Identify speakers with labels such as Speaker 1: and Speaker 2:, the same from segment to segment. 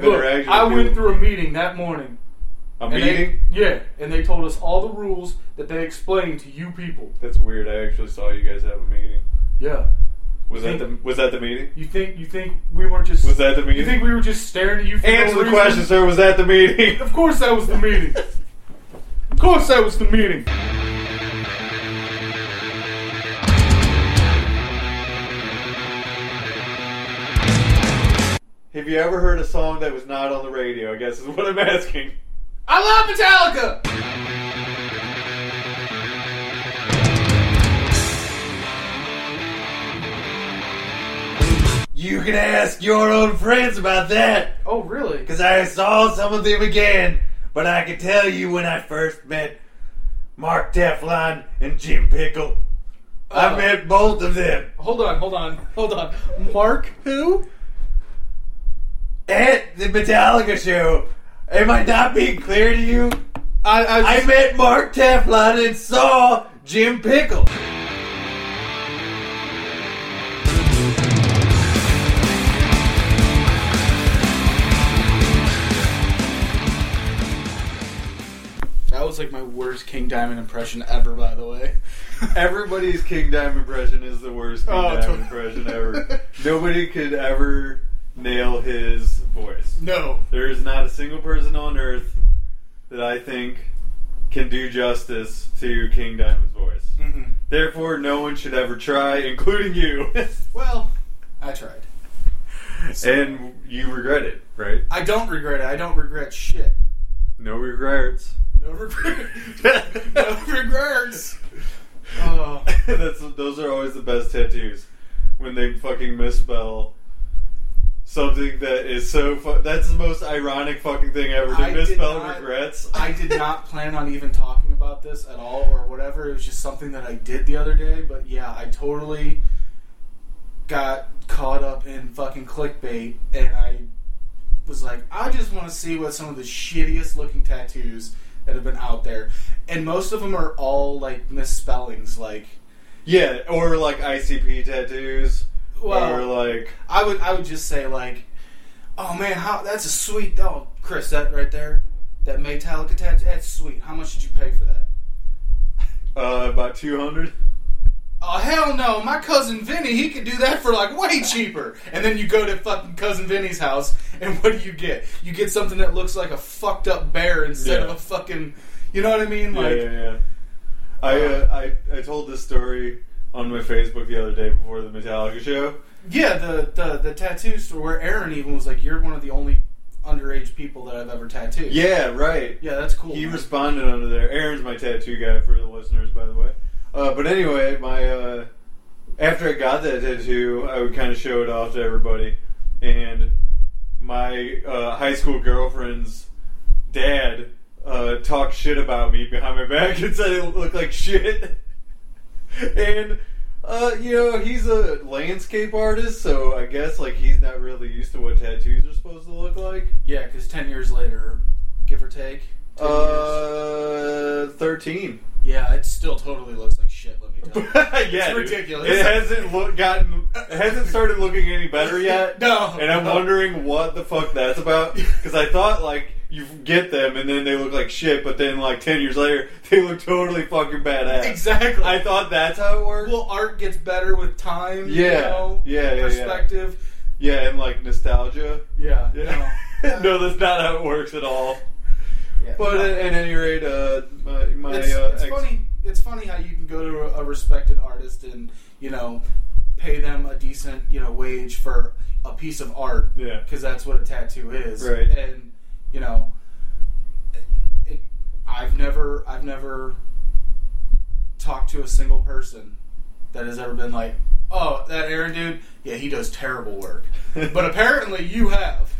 Speaker 1: Look,
Speaker 2: interaction.
Speaker 1: I
Speaker 2: with
Speaker 1: went
Speaker 2: people.
Speaker 1: through a meeting that morning.
Speaker 2: a
Speaker 1: and
Speaker 2: meeting.
Speaker 1: They, yeah, and they told us all the rules that they explained to you people.
Speaker 2: That's weird. I actually saw you guys have a meeting.
Speaker 1: Yeah.
Speaker 2: Was that the Was that the meeting?
Speaker 1: You think you think we were just
Speaker 2: Was that the meeting?
Speaker 1: You think we were just staring at you? For no
Speaker 2: Answer the
Speaker 1: reason?
Speaker 2: question, sir. Was that the meeting?
Speaker 1: Of course, that was the meeting. Of course, that was the meeting.
Speaker 2: Have you ever heard a song that was not on the radio? I guess is what I'm asking.
Speaker 1: I love Metallica.
Speaker 2: You can ask your own friends about that,
Speaker 1: Oh, really?
Speaker 2: because I saw some of them again. But I can tell you when I first met Mark Teflon and Jim Pickle,
Speaker 1: Uh,
Speaker 2: I met both of them
Speaker 1: Hold on, hold on, hold on. Mark, who?
Speaker 2: at the Metallica show. Am I not being clear to you?
Speaker 1: I, I,
Speaker 2: I met Mark Teflon and saw Jim Pickle.
Speaker 1: that was like my worst King Diamond impression ever. By the way,
Speaker 2: Everybody's King Diamond impression is the worst King
Speaker 1: Oh,
Speaker 2: Diamond
Speaker 1: totally.
Speaker 2: impression ever. Nobody could ever nail his voice.
Speaker 1: no.
Speaker 2: There is not a single person on earth that I think can do justice to King Diamond's voice.
Speaker 1: Mm-mm.
Speaker 2: Therefore, no one should ever try, including you.
Speaker 1: Well, I tried.
Speaker 2: and you regret it, right?
Speaker 1: I don't regret it. I don't regret shit.
Speaker 2: No regrets.
Speaker 1: No regret. no regrets. Oh.
Speaker 2: That's those are always the best tattoos when they fucking misspell something that is so. Fu- that's the most ironic fucking thing ever. To
Speaker 1: I did
Speaker 2: misspell
Speaker 1: not-
Speaker 2: regrets.
Speaker 1: I did not plan on even talking about this at all or whatever. It was just something that I did the other day. But yeah, I totally got caught up in fucking clickbait and I was like, I just want to see what some of the shittiest looking tattoos that have been out there. And most of them are all like misspellings. Like,
Speaker 2: yeah, or like ICP tattoos,
Speaker 1: Well-
Speaker 2: or like
Speaker 1: I would I would just say like, oh man, how that's a sweet oh Chris that right there that Metallica tattoo that's sweet. How much did you pay for that?
Speaker 2: uh, about two hundred.
Speaker 1: Oh hell no! My cousin Vinny, he could do that for like way cheaper. And then you go to fucking cousin Vinny's house, and what do you get? You get something that looks like a fucked up bear instead
Speaker 2: Yeah.
Speaker 1: of a fucking, you know what I mean? Like,
Speaker 2: yeah, yeah, yeah. I, uh, I I told this story on my Facebook the other day before the Metallica show.
Speaker 1: yeah, the the the tattoo store where Aaron even was like, "You're one of the only underage people that I've ever tattooed."
Speaker 2: Yeah, right.
Speaker 1: yeah, that's cool.
Speaker 2: He
Speaker 1: man.
Speaker 2: responded under there. Aaron's my tattoo guy for the listeners, by the way. Uh, but anyway, my uh, after I got that tattoo, I would kind of show it off to everybody, and my uh, high school girlfriend's dad uh, talked shit about me behind my back and said it looked like shit. and uh, you know, he's a landscape artist, so I guess like he's not really used to what tattoos are supposed to look like.
Speaker 1: yeah, because ten years later, give or take, 10 years,
Speaker 2: Uh, thirteen.
Speaker 1: yeah, it still totally looks like shit. Let me tell you.
Speaker 2: yeah,
Speaker 1: It's
Speaker 2: dude.
Speaker 1: ridiculous.
Speaker 2: It hasn't look, gotten, it hasn't started looking any better yet.
Speaker 1: No,
Speaker 2: and I'm
Speaker 1: no.
Speaker 2: wondering what the fuck that's about because I thought like you get them and then they look like shit, but then like ten years later they look totally fucking badass.
Speaker 1: Exactly.
Speaker 2: I thought that's how it worked.
Speaker 1: well, art gets better with time. you
Speaker 2: Yeah.
Speaker 1: know,
Speaker 2: Yeah, yeah, yeah.
Speaker 1: Perspective.
Speaker 2: yeah, and like nostalgia.
Speaker 1: Yeah.
Speaker 2: Yeah.
Speaker 1: No.
Speaker 2: no, that's not how it works at all.
Speaker 1: Yeah.
Speaker 2: But
Speaker 1: No.
Speaker 2: at, at any rate, uh, my, my
Speaker 1: it's,
Speaker 2: uh,
Speaker 1: it's
Speaker 2: ex-
Speaker 1: funny. It's funny how you can go to a, a respected artist and you know pay them a decent you know wage for a piece of art.
Speaker 2: Yeah.
Speaker 1: Because that's what a tattoo is.
Speaker 2: Right.
Speaker 1: And you know, it, it, I've never I've never talked to a single person that has ever been like, oh, that Aaron dude, yeah, he does terrible work. but apparently, you have.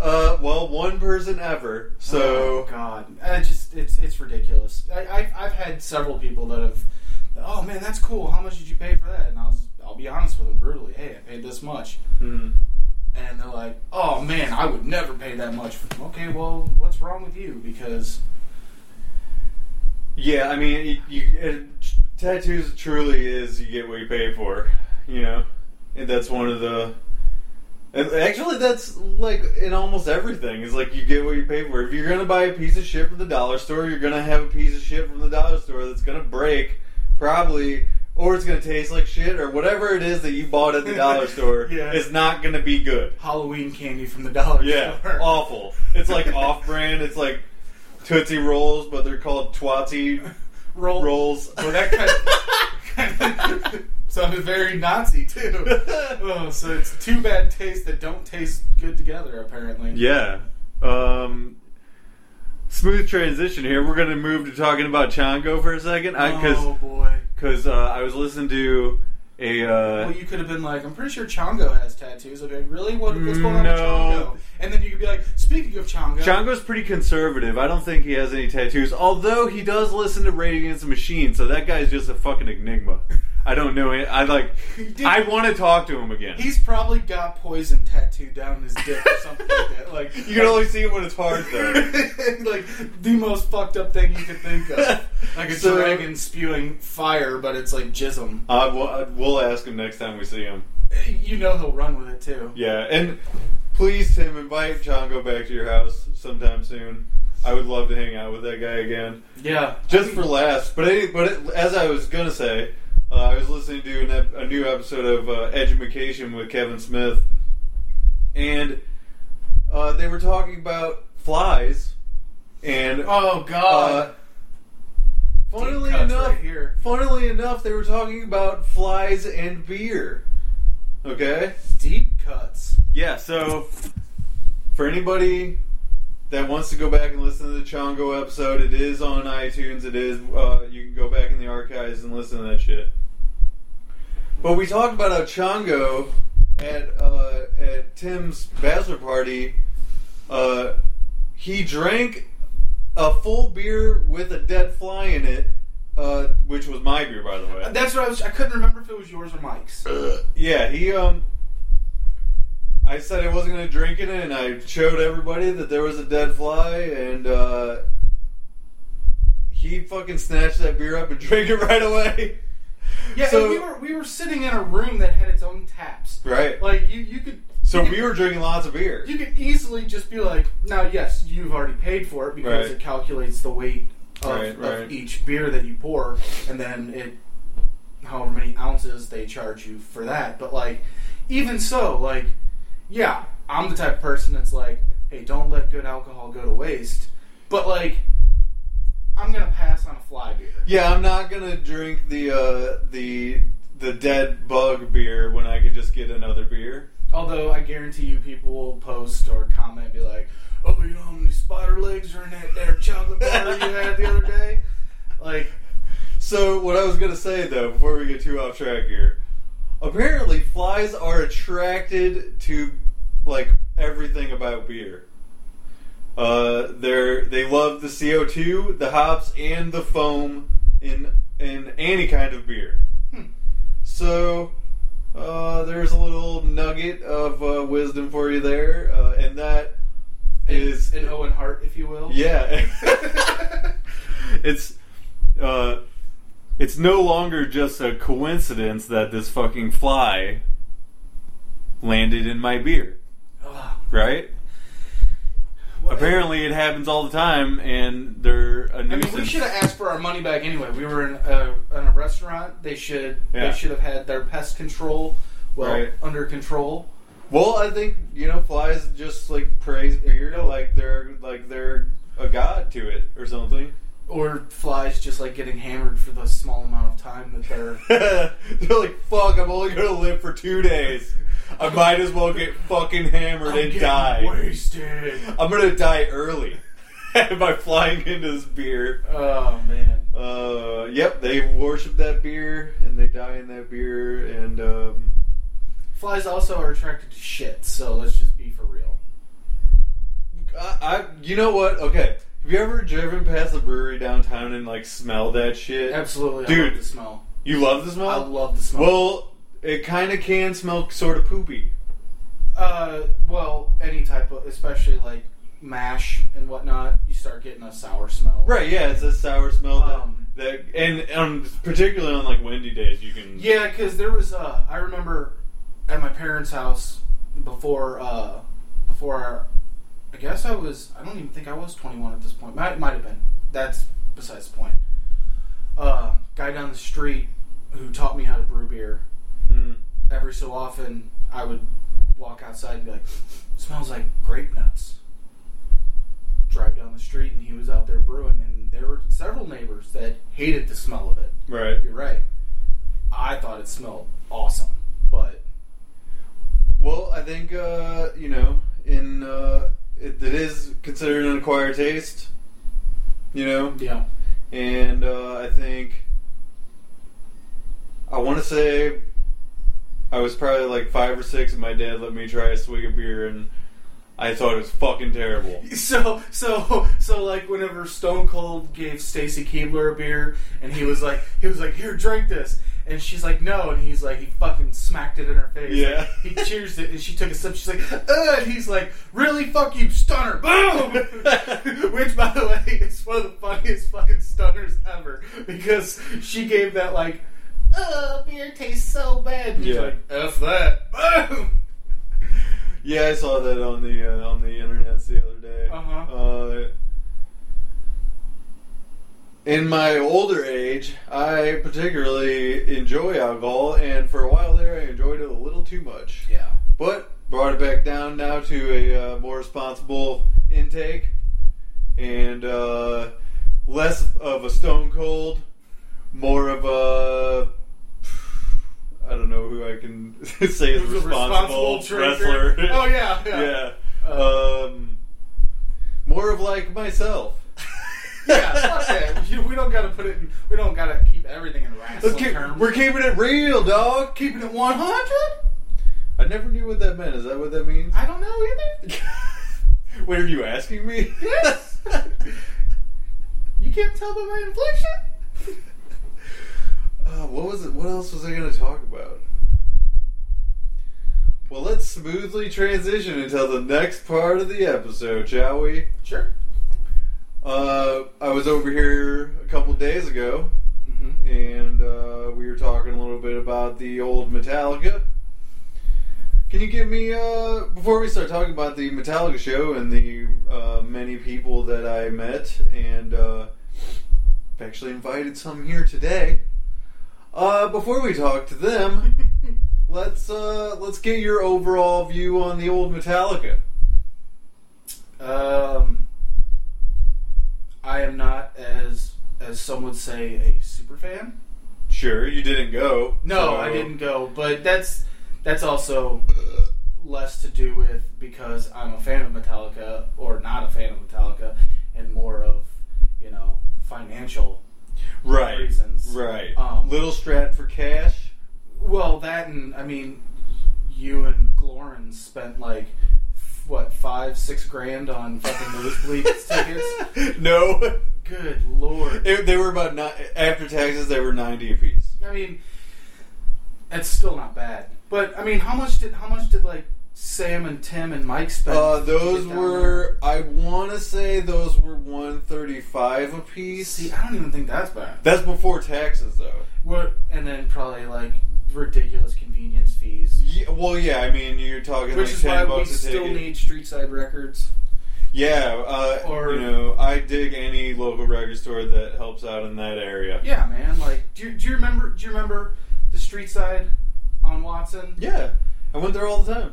Speaker 2: Uh, well, one person ever. So
Speaker 1: oh, God, I just it's it's ridiculous. I, I I've had several people that have. Oh man, that's cool. How much did you pay for that? And I'll just, I'll be honest with them brutally. Hey, I paid this much,
Speaker 2: Mhm.
Speaker 1: and they're like, "Oh man, I would never pay that much." For okay, well, what's wrong with you? Because
Speaker 2: Yeah, I mean, you, you, it, tattoos truly is you get what you pay for, you know, and that's one of the And Actually, that's like in almost everything. It's like you get what you pay for. If you're gonna buy a piece of shit from the dollar store, you're gonna have a piece of shit from the dollar store that's gonna break, probably, or it's gonna taste like shit, or whatever it is that you bought at the dollar store
Speaker 1: Yeah.
Speaker 2: is not gonna be good.
Speaker 1: Halloween candy from the dollar
Speaker 2: Yeah,
Speaker 1: store.
Speaker 2: awful. It's like off-brand. It's like Tootsie Rolls, but they're called Twatsie
Speaker 1: roll.
Speaker 2: Rolls.
Speaker 1: Well, that kind of, kind of sounded very Nazi too. Oh, so it's two bad tastes that don't taste good together. Apparently,
Speaker 2: Yeah. Um, smooth transition here. We're going to move to talking about Chongo for a second. Because
Speaker 1: oh boy.
Speaker 2: cause, uh, I was listening to a. Uh,
Speaker 1: Well, you could have been like, I'm pretty sure Chongo has tattoos. I'd be like, really? What, what's going on with
Speaker 2: No.
Speaker 1: Chongo? And then you could be like, speaking of Chongo,
Speaker 2: Chongo's pretty conservative. I don't think he has any tattoos. Although he does listen to Rage Against the Machine, so that guy's just a fucking enigma. I don't know. it. I like.
Speaker 1: He did-
Speaker 2: I want to talk to him again.
Speaker 1: he's probably got poison tattooed down his dick or something like that. Like
Speaker 2: you can only see it when it's hard, though.
Speaker 1: like the most fucked up thing you could think of. Like a
Speaker 2: So-
Speaker 1: dragon spewing fire, but it's like jism.
Speaker 2: Uh, we'll, uh, we'll ask him next time we see him.
Speaker 1: You know he'll run with it too.
Speaker 2: Yeah, and please, Tim, invite Chongo back to your house sometime soon. I would love to hang out with that guy again,
Speaker 1: Yeah.
Speaker 2: just for laughs. But any, but it, as I was gonna say, uh, I was listening to an ep- a new episode of uh, Edumacation with Kevin Smith, and uh, they were talking about flies, and
Speaker 1: Oh
Speaker 2: uh,
Speaker 1: god.
Speaker 2: funnily
Speaker 1: cuts
Speaker 2: enough,
Speaker 1: right here.
Speaker 2: funnily enough, they were talking about flies and beer. Okay.
Speaker 1: Deep cuts.
Speaker 2: Yeah, so for anybody that wants to go back and listen to the Chongo episode, it is on iTunes. It is uh, you can go back in the archives and listen to that shit. But we talked about how Chongo at uh, at Tim's bachelor party, uh, he drank a full beer with a dead fly in it, uh, which was my beer, by the way.
Speaker 1: That's what I was. I couldn't remember if it was yours or Mike's.
Speaker 2: Yeah, he um I said I wasn't gonna drink it and I showed everybody that there was a dead fly and uh he fucking snatched that beer up and drank it right away.
Speaker 1: Yeah,
Speaker 2: So-
Speaker 1: and we were we were sitting in a room that had its own taps.
Speaker 2: Right.
Speaker 1: Like you, you could.
Speaker 2: So
Speaker 1: you could,
Speaker 2: we were drinking lots of beer.
Speaker 1: You could easily just be like, now, yes, you've already paid for it because
Speaker 2: Right.
Speaker 1: it calculates the weight of,
Speaker 2: Right,
Speaker 1: of
Speaker 2: right.
Speaker 1: each beer that you pour, and then it, however many ounces they charge you for that. But like, even so, like, yeah, I'm the type of person that's like, hey, don't let good alcohol go to waste. But like, I'm gonna pass on a fly beer.
Speaker 2: Yeah, I'm not gonna drink the uh the the dead bug beer when I could just get another beer.
Speaker 1: Although I guarantee you, people will post or comment, be like, "Oh, you know how many spider legs are in that there chocolate bar you had the other day?" Like,
Speaker 2: So what I was gonna say though, before we get too off track here, apparently flies are attracted to like everything about beer. Uh, they're they love the CO two, the hops, and the foam in in any kind of beer.
Speaker 1: Hmm.
Speaker 2: So uh, there's a little nugget of uh, wisdom for you there, uh, and that is
Speaker 1: an Owen Hart, if you will.
Speaker 2: yeah. it's uh it's no longer just a coincidence that this fucking fly landed in my beer,
Speaker 1: Ugh.
Speaker 2: right?
Speaker 1: What-
Speaker 2: Apparently it happens all the time and they're a
Speaker 1: I
Speaker 2: nuisance.
Speaker 1: mean, we should have asked for our money back anyway. We were in a, in a restaurant. They should
Speaker 2: Yeah.
Speaker 1: they should have had their pest control well
Speaker 2: Right.
Speaker 1: under control.
Speaker 2: well, I think, you know, flies just like praise beer like they're like they're a god to it or something.
Speaker 1: Or flies just like getting hammered for the small amount of time that they're.
Speaker 2: They're like, fuck, I'm only gonna live for two days. I might as well get fucking hammered
Speaker 1: I'm
Speaker 2: and
Speaker 1: getting
Speaker 2: die.
Speaker 1: wasted.
Speaker 2: I'm gonna die early by flying into this beer.
Speaker 1: Oh man.
Speaker 2: Uh, yep, they worship that beer and they die in that beer. And um,
Speaker 1: Flies also are attracted to shit, so let's just be for real.
Speaker 2: I, I, you know what? Okay, have you ever driven past the brewery downtown and like smell that shit?
Speaker 1: Absolutely, I love
Speaker 2: dude.
Speaker 1: the smell.
Speaker 2: You love the smell.
Speaker 1: I love the smell.
Speaker 2: Well, it kind of can smell sort of poopy.
Speaker 1: uh, well, any type of, especially like mash and whatnot, you start getting a sour smell.
Speaker 2: Right? Yeah, it's a sour smell.
Speaker 1: Um,
Speaker 2: that, that and um, particularly on like windy days, you can.
Speaker 1: Yeah, because there was. Uh, I remember at my parents' house before uh, before our, I guess I was I don't even think I was 21 at this point. Might might have been. That's besides the point. Uh, guy down the street who taught me how to brew beer.
Speaker 2: Mhm.
Speaker 1: Every so often, I would walk outside and be like, "Smells like grape nuts." Drive down the street and he was out there brewing, and there were several neighbors that hated the smell of it.
Speaker 2: Right.
Speaker 1: You're right. I thought it smelled awesome, but
Speaker 2: Well, I think uh, you know, in uh, it, it is considered an acquired taste. You know,
Speaker 1: yeah,
Speaker 2: and uh, I think I want to say I was probably like five or six, and my dad let me try a swig of beer, and I thought it was fucking terrible.
Speaker 1: So so so like whenever Stone Cold gave Stacy Keebler a beer and he was like he was like here drink this and she's like no and he's like he fucking smacked it in her face
Speaker 2: Yeah.
Speaker 1: he cheers it and she took a sip she's like Ugh, and he's like really fuck you stunner boom which by the way is one of the funniest fucking stunners ever because she gave that like uh beer tastes so bad and he's
Speaker 2: Yeah.
Speaker 1: like f that boom
Speaker 2: Yeah, I saw that on the uh, on the internet the other day.
Speaker 1: Uh-huh.
Speaker 2: Uh, in my older age, I particularly enjoy alcohol, and for a while there, I enjoyed it a little too much.
Speaker 1: yeah
Speaker 2: But brought it back down now to a uh, more responsible intake, and uh, less of a stone cold, more of a I don't know who I can say is
Speaker 1: Who's a
Speaker 2: responsible,
Speaker 1: drinker.
Speaker 2: wrestler.
Speaker 1: oh yeah
Speaker 2: Yeah. Um, more of like myself.
Speaker 1: yeah, fuck that. You- We don't gotta put it. In, we don't gotta keep everything in wrestling
Speaker 2: Let's keep,
Speaker 1: terms.
Speaker 2: we're keeping it real, dog.
Speaker 1: keeping it one hundred.
Speaker 2: I never knew what that meant. Is that what that means?
Speaker 1: I don't know either.
Speaker 2: Wait, are you asking me?
Speaker 1: Yes. You can't tell by my inflection.
Speaker 2: Uh, what was it? What else was I going to talk about? Well, let's smoothly transition until the next part of the episode, shall we?
Speaker 1: Sure.
Speaker 2: Uh, I was over here a couple days ago,
Speaker 1: Mm-hmm.
Speaker 2: and uh, we were talking a little bit about the old Metallica. Can you give me uh, before we start talking about the Metallica show and the uh, many people that I met and uh, actually invited some here today? Uh, before we talk to them, let's uh, let's get your overall view on the old Metallica.
Speaker 1: um, I am not as as some would say a super fan.
Speaker 2: Sure, you didn't go.
Speaker 1: No,
Speaker 2: so- uh,
Speaker 1: I didn't go, but that's that's also less to do with because I'm a fan of Metallica or not a fan of Metallica, and more of you know financial
Speaker 2: Right,
Speaker 1: reasons.
Speaker 2: right.
Speaker 1: Um,
Speaker 2: Little Strat for cash.
Speaker 1: Well, that and I mean, you and Glorin spent like f- what five, six grand on fucking nosebleed tickets.
Speaker 2: no.
Speaker 1: Good lord!
Speaker 2: It, they were about ni- after taxes. They were ninety apiece.
Speaker 1: I mean, that's still not bad. But I mean, how much did how much did like Sam and Tim and Mike spend?
Speaker 2: Uh,
Speaker 1: to
Speaker 2: those
Speaker 1: get down
Speaker 2: were. I want to say those were one thirty-five
Speaker 1: there?
Speaker 2: apiece.
Speaker 1: See, I don't even think that's bad.
Speaker 2: That's before taxes, though.
Speaker 1: What? And then probably like ridiculous convenience fees,
Speaker 2: Yeah, well, yeah. I mean, you're talking
Speaker 1: which
Speaker 2: like
Speaker 1: is
Speaker 2: ten
Speaker 1: why we
Speaker 2: bucks a
Speaker 1: still
Speaker 2: ticket.
Speaker 1: need Streetside Records.
Speaker 2: yeah, uh,
Speaker 1: Or-
Speaker 2: you know, I dig any local record store that helps out in that area.
Speaker 1: Yeah, man. Like, do you, do you remember? Do you remember the street side on Watson?
Speaker 2: Yeah, I went there all the time.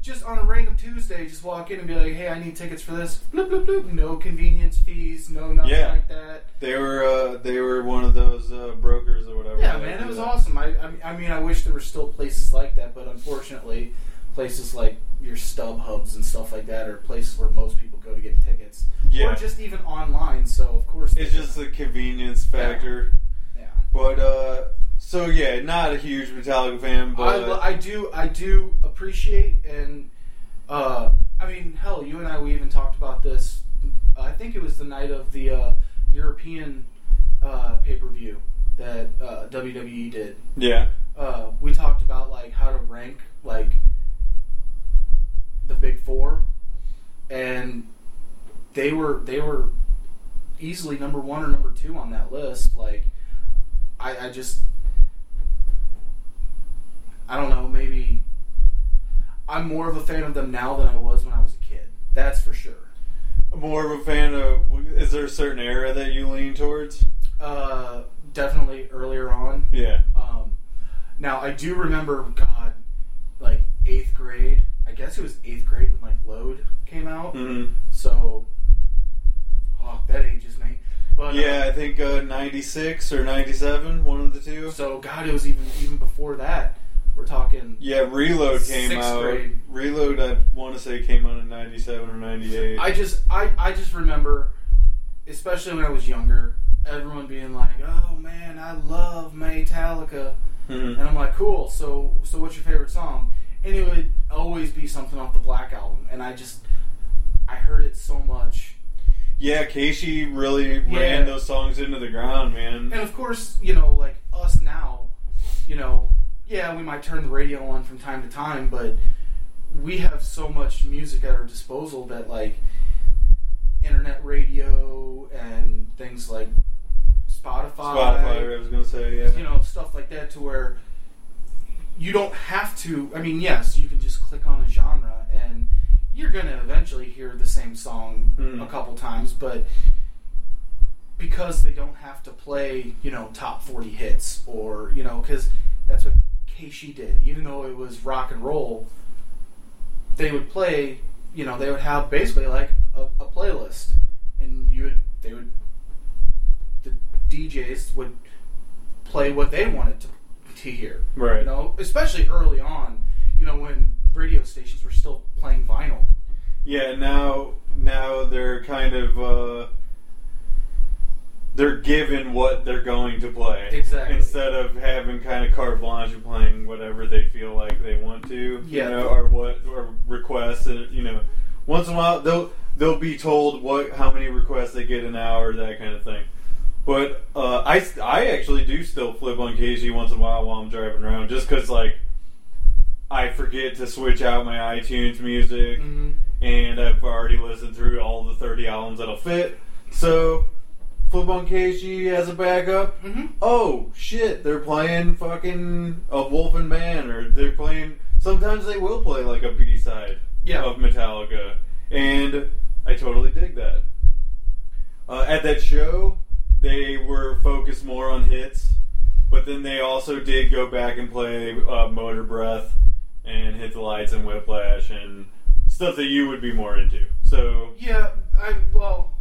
Speaker 1: Just on a random Tuesday, just walk in and be like, "Hey, I need tickets for this." Bloop bloop bloop. No convenience fees. No nothing
Speaker 2: Yeah.
Speaker 1: like that.
Speaker 2: They were uh, they were one of those uh, brokers or whatever.
Speaker 1: Yeah,
Speaker 2: that
Speaker 1: man,
Speaker 2: do
Speaker 1: it was
Speaker 2: that.
Speaker 1: awesome. I, I, I mean, I wish there were still places like that, but unfortunately, places like your stub hubs and stuff like that are places where most people go to get tickets,
Speaker 2: Yeah.
Speaker 1: or just even online. So of course,
Speaker 2: It's just the convenience factor.
Speaker 1: yeah.
Speaker 2: But uh so yeah, not a huge Metallica fan,
Speaker 1: I,
Speaker 2: but
Speaker 1: lo- I do I do appreciate and uh, I mean hell you and I we even talked about this I think it was the night of the uh, European uh, pay per view that uh, WWE did
Speaker 2: yeah,
Speaker 1: uh, we talked about like how to rank like the big four and they were they were easily number one or number two on that list like I, I just I don't know maybe I'm more of a fan of them now than I was when I was a kid. That's for sure.
Speaker 2: More of a fan of. Is there a certain era that you lean towards?
Speaker 1: Uh, definitely earlier on.
Speaker 2: Yeah.
Speaker 1: Um, now I do remember, God, like eighth grade. I guess it was eighth grade when like Load came out.
Speaker 2: Mm-hmm.
Speaker 1: So, oh, that ages me. But uh,
Speaker 2: Yeah, I think uh, 96 or 97, one of the two.
Speaker 1: so God, it was even even before that. We're talking.
Speaker 2: Yeah, Reload came
Speaker 1: Sixth
Speaker 2: out.
Speaker 1: grade.
Speaker 2: Reload, I want to say, came out in 97 or 98.
Speaker 1: I just I, I just remember, especially when I was younger, everyone being like, "Oh man, I love Metallica," and
Speaker 2: Mhm.
Speaker 1: I'm like, "Cool." So so what's your favorite song? And it would always be something off the Black album, and I just I heard it so much.
Speaker 2: Yeah, Casey really
Speaker 1: Yeah.
Speaker 2: ran those songs into the ground, man.
Speaker 1: And of course, you know, like us now, you know, yeah, we might turn the radio on from time to time, but we have so much music at our disposal that like internet radio and things like Spotify,
Speaker 2: Spotify, I was going to say, yeah.
Speaker 1: you know, stuff like that to where you don't have to I mean, yes, you can just click on a genre and you're going to eventually hear the same song
Speaker 2: Mhm.
Speaker 1: a couple times, but because they don't have to play, you know, top 40 hits or, you know, cuz that's what Keishi did. Even though it was rock and roll, they would play, you know, they would have basically like a, a playlist and you would they would the DJs would play what they wanted to, to hear.
Speaker 2: Right.
Speaker 1: You know, especially early on, you know, when radio stations were still playing vinyl.
Speaker 2: Yeah, now now they're kind of uh, they're given what they're going to play
Speaker 1: Exactly.
Speaker 2: instead of having kind of carte blanche and playing whatever they feel like they want to,
Speaker 1: Yeah.
Speaker 2: you know, or what or requests. That, you know, once in a while they'll they'll be told what how many requests they get an hour, that kind of thing. But uh, I I actually do still flip on KZ once in a while while I'm driving around, just because like I forget to switch out my iTunes music
Speaker 1: Mm-hmm.
Speaker 2: and I've already listened through all the 30 albums that'll fit. So, flip on KG as a backup.
Speaker 1: Mm-hmm.
Speaker 2: Oh shit, they're playing fucking a Wolf and Man, or they're playing. Sometimes they will play like a B side
Speaker 1: Yeah.
Speaker 2: of Metallica, and I totally dig that. Uh, at that show, they were focused more on hits, but then they also did go back and play uh, Motor Breath and Hit the Lights and Whiplash and stuff that you would be more into. So
Speaker 1: Yeah, I well,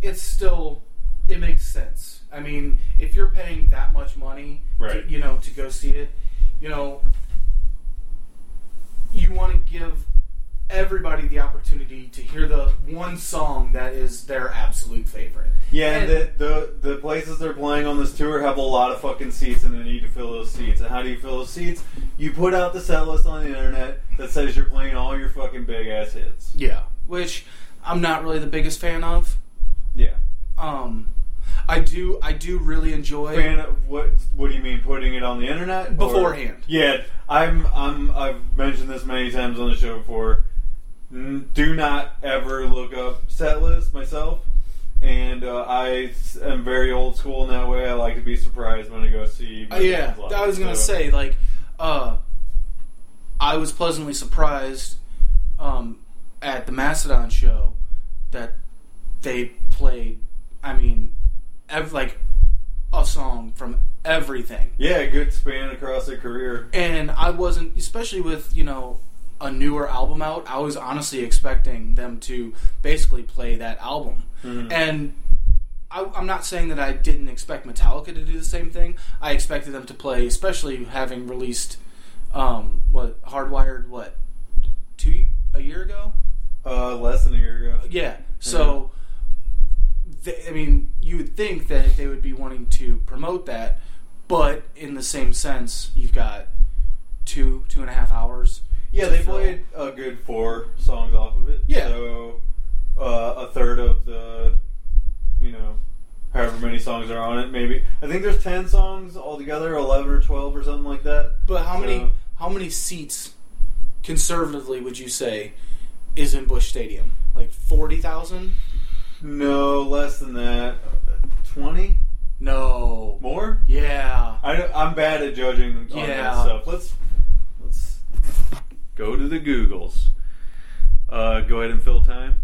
Speaker 1: it's still it makes sense. I mean, if you're paying that much money, to-
Speaker 2: Right.
Speaker 1: you know, to go see it, you know, you want to give everybody the opportunity to hear the one song that is their absolute favorite.
Speaker 2: Yeah, and the, the the places they're playing on this tour have a lot of fucking seats, and they need to fill those seats. And how do you fill those seats? You put out the set list on the internet that says you're playing all your fucking big ass hits.
Speaker 1: yeah, which I'm not really the biggest fan of.
Speaker 2: Yeah.
Speaker 1: Um, I do I do really enjoy
Speaker 2: Fan, what what do you mean putting it on the internet Or-
Speaker 1: Beforehand.
Speaker 2: yeah, I'm I'm I've mentioned this many times on the show before. N- Do not ever look up set lists myself, and uh, I s- am very old school in that way. I like to be surprised when I go see. my
Speaker 1: Uh, yeah,
Speaker 2: bands live,
Speaker 1: I was gonna
Speaker 2: so-
Speaker 1: say like, uh, I was pleasantly surprised um, at the Mastodon show that they played. I mean, ev- like a song from everything,
Speaker 2: Yeah, a good span across their career.
Speaker 1: and I wasn't, especially with you know a newer album out. I was honestly expecting them to basically play that album,
Speaker 2: Mhm.
Speaker 1: and. I, I'm not saying that I didn't expect Metallica to do the same thing. I expected them to play, especially having released um, what Hardwired what two a year ago.
Speaker 2: Uh, less than a year ago.
Speaker 1: Yeah, so th I mean, you would think that they would be wanting to promote that, but in the same sense, you've got two two and a half hours.
Speaker 2: Yeah,
Speaker 1: to
Speaker 2: they
Speaker 1: fill.
Speaker 2: played a good four songs off of it.
Speaker 1: Yeah.
Speaker 2: So uh, a third of the, you know, however many songs are on it, maybe. I think there's 10 songs altogether, 11 or 12 or something like that.
Speaker 1: But how
Speaker 2: So-
Speaker 1: many how many seats conservatively would you say is in Bush Stadium? Like forty thousand?
Speaker 2: No, less than that. 20?
Speaker 1: No.
Speaker 2: More?
Speaker 1: Yeah.
Speaker 2: I, am bad at judging on
Speaker 1: Yeah.
Speaker 2: that stuff. Let's Go to the Googles. Uh, go ahead and fill time.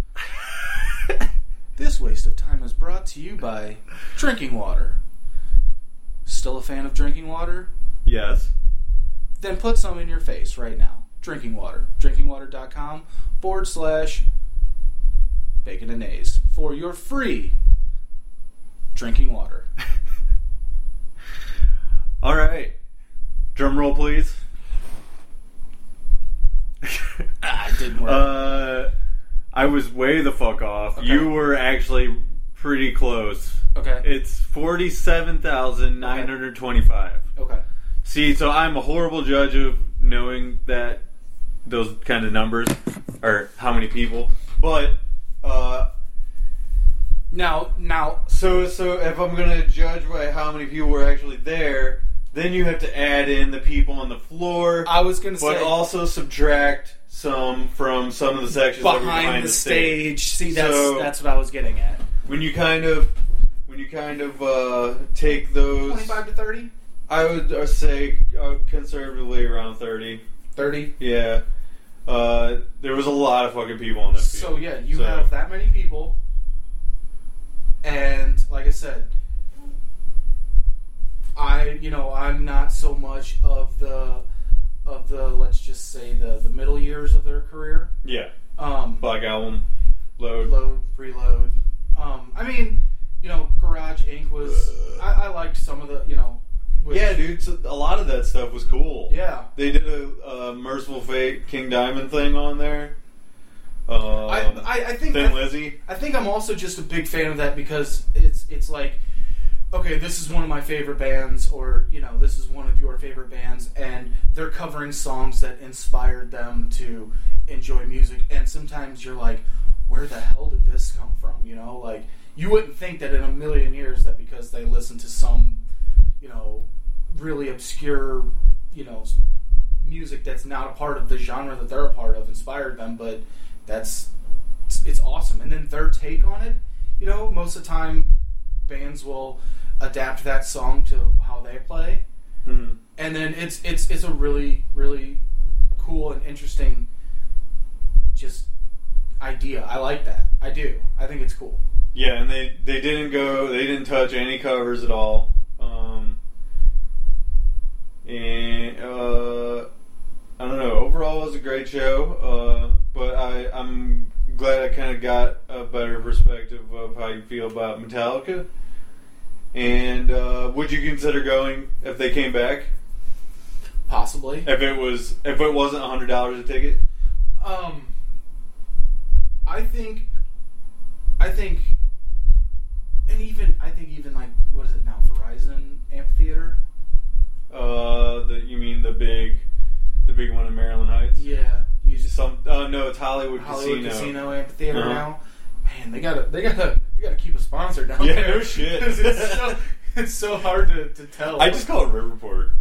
Speaker 1: This waste of time is brought to you by drinking water. Still a fan of drinking water?
Speaker 2: yes.
Speaker 1: Then put some in your face right now. Drinking water. Drinkingwater.com forward slash bacon and nays for your free drinking water.
Speaker 2: All right. Drum roll, please.
Speaker 1: Ah, it didn't work.
Speaker 2: Uh, I was way the fuck off.
Speaker 1: Okay.
Speaker 2: You were actually pretty close.
Speaker 1: okay.
Speaker 2: It's forty-seven thousand nine hundred twenty-five.
Speaker 1: okay.
Speaker 2: See, so I'm a horrible judge of knowing that those kind of numbers or how many people. But uh,
Speaker 1: Now, now,
Speaker 2: so so if I'm gonna judge by how many people were actually there, then you have to add in the people on the floor,
Speaker 1: I was going to
Speaker 2: but
Speaker 1: say
Speaker 2: also subtract some from some of the sections that were
Speaker 1: behind, the, stage. See, that's
Speaker 2: So-
Speaker 1: that's what I was getting at.
Speaker 2: When you kind of when you kind of uh, take those,
Speaker 1: to 30?
Speaker 2: I would uh, say uh, conservatively around thirty.
Speaker 1: 30.
Speaker 2: Yeah. Uh, there was a lot of fucking people on that field.
Speaker 1: So yeah, you
Speaker 2: So-
Speaker 1: have that many people, and like I said, I you know I'm not so much of the of the let's just say the the middle years of their career.
Speaker 2: Yeah.
Speaker 1: Um,
Speaker 2: Black album. Load.
Speaker 1: load reload. Um, I mean, you know, Garage Inc. was I, I liked some of the you know. with-
Speaker 2: Uh. Yeah, dude. So a lot of that stuff was cool.
Speaker 1: Yeah.
Speaker 2: They did a, uh Merciful Fate King Diamond thing on there. Um,
Speaker 1: I, I, I think
Speaker 2: Thin
Speaker 1: that-
Speaker 2: Lizzy.
Speaker 1: I think I'm also just a big fan of that because it's it's like, okay, this is one of my favorite bands, or you know, this is one of your favorite bands, and they're covering songs that inspired them to enjoy music. And sometimes you're like, where the hell did this come from? You know, like you wouldn't think that in a million years that because they listened to some, you know, really obscure, you know, s- music that's not a part of the genre that they're a part of inspired them, but that's it's, it's awesome. And then their take on it, you know, most of the time bands will adapt that song to how they play,
Speaker 2: Mhm.
Speaker 1: and then it's it's it's a really really cool and interesting just idea. I like that. I do. I think it's cool.
Speaker 2: Yeah, and they they didn't go. They didn't touch any covers at all. Um, and uh, I don't know. Overall, it was a great show. Uh, but I I'm glad I kind of got a better perspective of how you feel about Metallica. And uh, would you consider going if they came back?
Speaker 1: Possibly.
Speaker 2: If it was if it wasn't hundred dollars a ticket?
Speaker 1: Um, I think, I think, and even I think even like what is it now? Verizon Amphitheater.
Speaker 2: Uh, the, you mean the big the big one in Maryland Heights?
Speaker 1: Yeah, you just
Speaker 2: Some uh, no, it's Hollywood,
Speaker 1: Hollywood Casino, Amphitheater
Speaker 2: Uh-huh.
Speaker 1: now. Man, they gotta they gotta they gotta keep a sponsor down
Speaker 2: Yeah,
Speaker 1: there.
Speaker 2: no shit.
Speaker 1: 'Cause it's so it's so hard to, to tell.
Speaker 2: I just call it Riverport.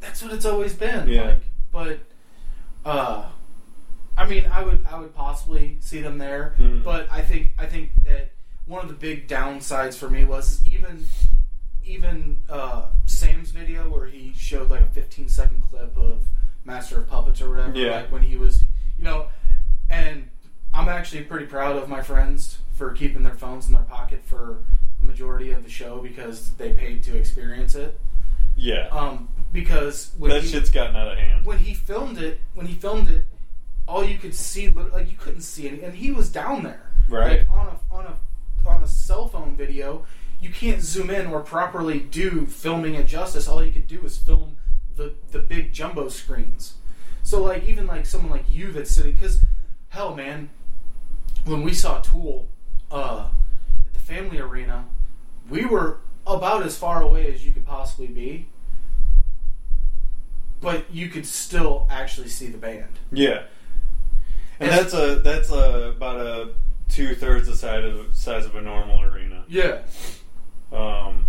Speaker 1: that's what it's always been.
Speaker 2: Yeah.
Speaker 1: Like, but uh, I mean, I would I would possibly see them there,
Speaker 2: Mhm.
Speaker 1: but I think I think that one of the big downsides for me was even even uh, Sam's video where he showed like a 15 second clip of Master of Puppets or whatever,
Speaker 2: Yeah.
Speaker 1: like when he was, you know, and I'm actually pretty proud of my friends for keeping their phones in their pocket for the majority of the show because they paid to experience it.
Speaker 2: Yeah,
Speaker 1: Um, because when
Speaker 2: that
Speaker 1: he,
Speaker 2: shit's gotten out of hand.
Speaker 1: when he filmed it, when he filmed it, all you could see, lit- like you couldn't see any, and he was down there,
Speaker 2: Right.
Speaker 1: Like, on a on a on a cell phone video, you can't zoom in or properly do filming it justice. All you could do is film the the big jumbo screens. So like even like someone like you that's sitting, because hell, man, when we saw Tool uh, at the Family Arena, we were about as far away as you could possibly be, but you could still actually see the band.
Speaker 2: Yeah, and
Speaker 1: It's-
Speaker 2: that's a that's a about a two thirds the size of size of a normal arena.
Speaker 1: Yeah,
Speaker 2: Um,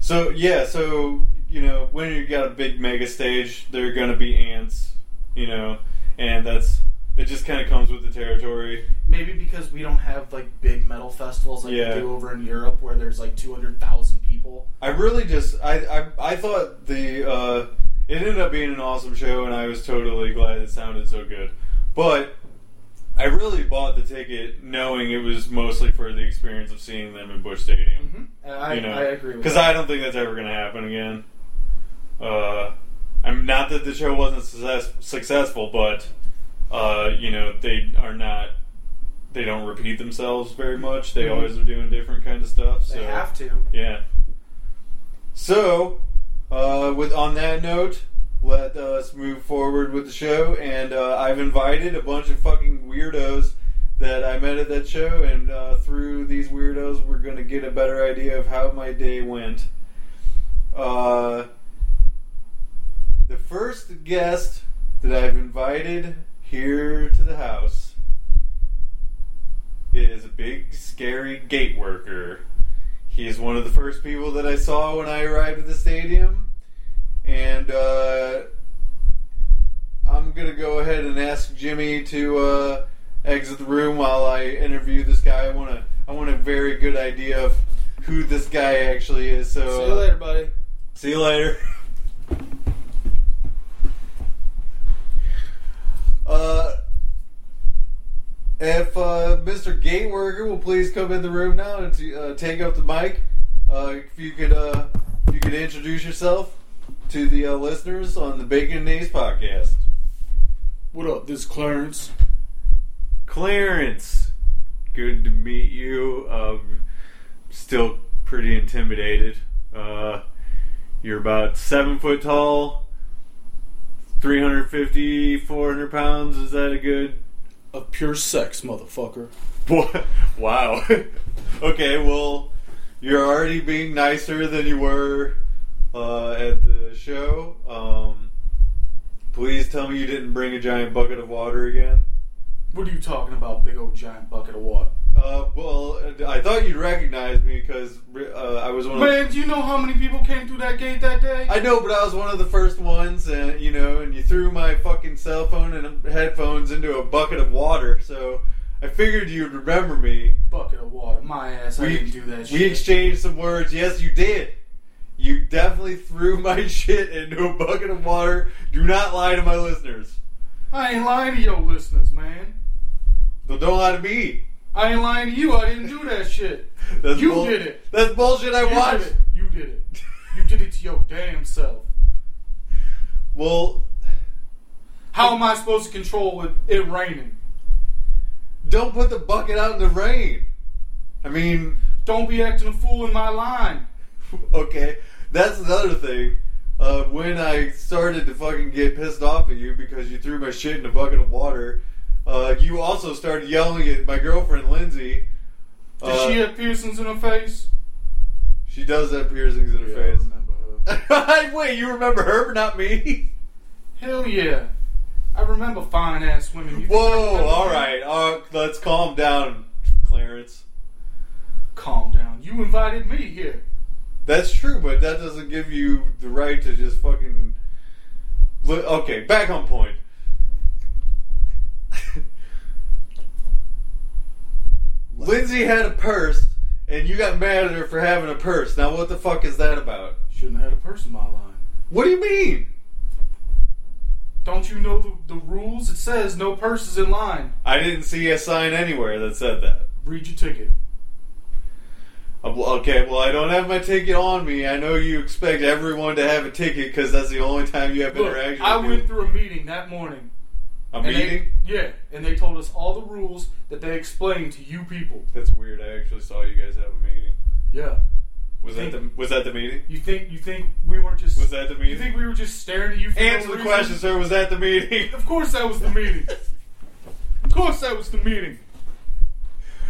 Speaker 2: so yeah, so you know when you got a big mega stage, there are gonna be ants, you know, and that's it. Just kind of comes with the territory.
Speaker 1: maybe because we don't have like big metal festivals like
Speaker 2: Yeah.
Speaker 1: we do over in Europe, where there's like two hundred thousand people.
Speaker 2: I really just I I, I thought the uh, it ended up being an awesome show, and I was totally glad it sounded so good. But I really bought the ticket knowing it was mostly for the experience of seeing them in Bush Stadium.
Speaker 1: Mhm. I,
Speaker 2: you know,
Speaker 1: I agree with
Speaker 2: because
Speaker 1: that.
Speaker 2: I don't think that's ever going to happen again. Uh, I'm not that the show wasn't success, successful, but uh, you know they are not. They don't repeat themselves very much. They
Speaker 1: Mhm.
Speaker 2: always are doing different kind of stuff. So
Speaker 1: they have to.
Speaker 2: yeah. So, uh, with on that note, let us move forward with the show. And uh, I've invited a bunch of fucking weirdos that I met at that show, and uh, through these weirdos, we're gonna get a better idea of how my day went. Uh, the first guest that I've invited here to the house is a big, scary gate worker. He is one of the first people that I saw when I arrived at the stadium, and uh, I'm gonna go ahead and ask Jimmy to uh, exit the room while I interview this guy. I want to. I want a very good idea of who this guy actually is. So
Speaker 1: See you
Speaker 2: uh,
Speaker 1: later, buddy.
Speaker 2: See you later. Uh, if uh, Mr. Gateworker will please come in the room now and t- uh, take up the mic, uh, if you could, uh, if you could introduce yourself to the uh, listeners on the Bacon and Ace podcast.
Speaker 1: What up? This is Clarence.
Speaker 2: Clarence, good to meet you. Um, still pretty intimidated. Uh, you're about seven foot tall, 350, 400 pounds. Is that a good?
Speaker 1: Of pure sex, motherfucker.
Speaker 2: What? Wow. okay, well, you're already being nicer than you were uh, at the show. Um, please tell me you didn't bring a giant bucket of water again.
Speaker 1: What are you talking about, big old giant bucket of water?
Speaker 2: Uh, well, I thought you'd recognize me because uh, I was one. Of
Speaker 1: Man, do you know how many people came through that gate that day?
Speaker 2: I know, but I was one of the first ones, and you know, and you threw my fucking cell phone and headphones into a bucket of water, so I figured you'd remember me.
Speaker 1: bucket of water. My ass, I didn't do that shit.
Speaker 2: We exchanged some words. Yes, you did. You definitely threw my shit into a bucket of water. Do not lie to my listeners.
Speaker 1: I ain't lying to your listeners, man.
Speaker 2: So don't lie to me.
Speaker 1: I ain't lying to you. I didn't do that shit.
Speaker 2: That's
Speaker 1: You did it.
Speaker 2: That's bullshit. I
Speaker 1: you
Speaker 2: watched.
Speaker 1: Did it. You did it. You did it to your damn self.
Speaker 2: Well,
Speaker 1: How am I supposed to control it, it raining?
Speaker 2: don't put the bucket out in the rain. I mean,
Speaker 1: Don't be acting a fool in my line.
Speaker 2: okay, that's another thing. Uh, when I started to fucking get pissed off at you because you threw my shit in a bucket of water, uh, you also started yelling at my girlfriend Lindsay.
Speaker 1: Did
Speaker 2: Uh,
Speaker 1: she have piercings in her face?
Speaker 2: she does have piercings in her
Speaker 1: Yeah, I remember her.
Speaker 2: face. Wait, you remember her, but not me?
Speaker 1: Hell yeah. I remember fine ass women. You think I
Speaker 2: Whoa!
Speaker 1: remember
Speaker 2: All
Speaker 1: you?
Speaker 2: right, uh, let's calm down, Clarence.
Speaker 1: Calm down. You invited me here.
Speaker 2: That's true, but that doesn't give you the right to just fucking. Look, okay, back on point. Lindsay had a purse, and you got mad at her for having a purse. Now, what the fuck is that about?
Speaker 1: Shouldn't have had a purse in my line.
Speaker 2: What do you mean?
Speaker 1: Don't you know the, the rules? It says no purses in line.
Speaker 2: I didn't see a sign anywhere that said that.
Speaker 1: Read your ticket.
Speaker 2: Um, well, Okay, well, I don't have my ticket on me. I know you expect everyone to have a ticket because that's the only time you have
Speaker 1: Look,
Speaker 2: interaction.
Speaker 1: I
Speaker 2: with
Speaker 1: went through a meeting that morning.
Speaker 2: a
Speaker 1: and they-
Speaker 2: meeting.
Speaker 1: yeah, and they told us all the rules that they explained to you people.
Speaker 2: That's weird. I actually saw you guys have a meeting.
Speaker 1: Yeah.
Speaker 2: Was that the Was that the meeting?
Speaker 1: You think you think we weren't just
Speaker 2: Was that the
Speaker 1: You
Speaker 2: meeting?
Speaker 1: think we were just staring at you for no
Speaker 2: Answer the
Speaker 1: reason?
Speaker 2: question, sir. Was that the meeting?
Speaker 1: Of course that was the meeting. Of course that was the meeting.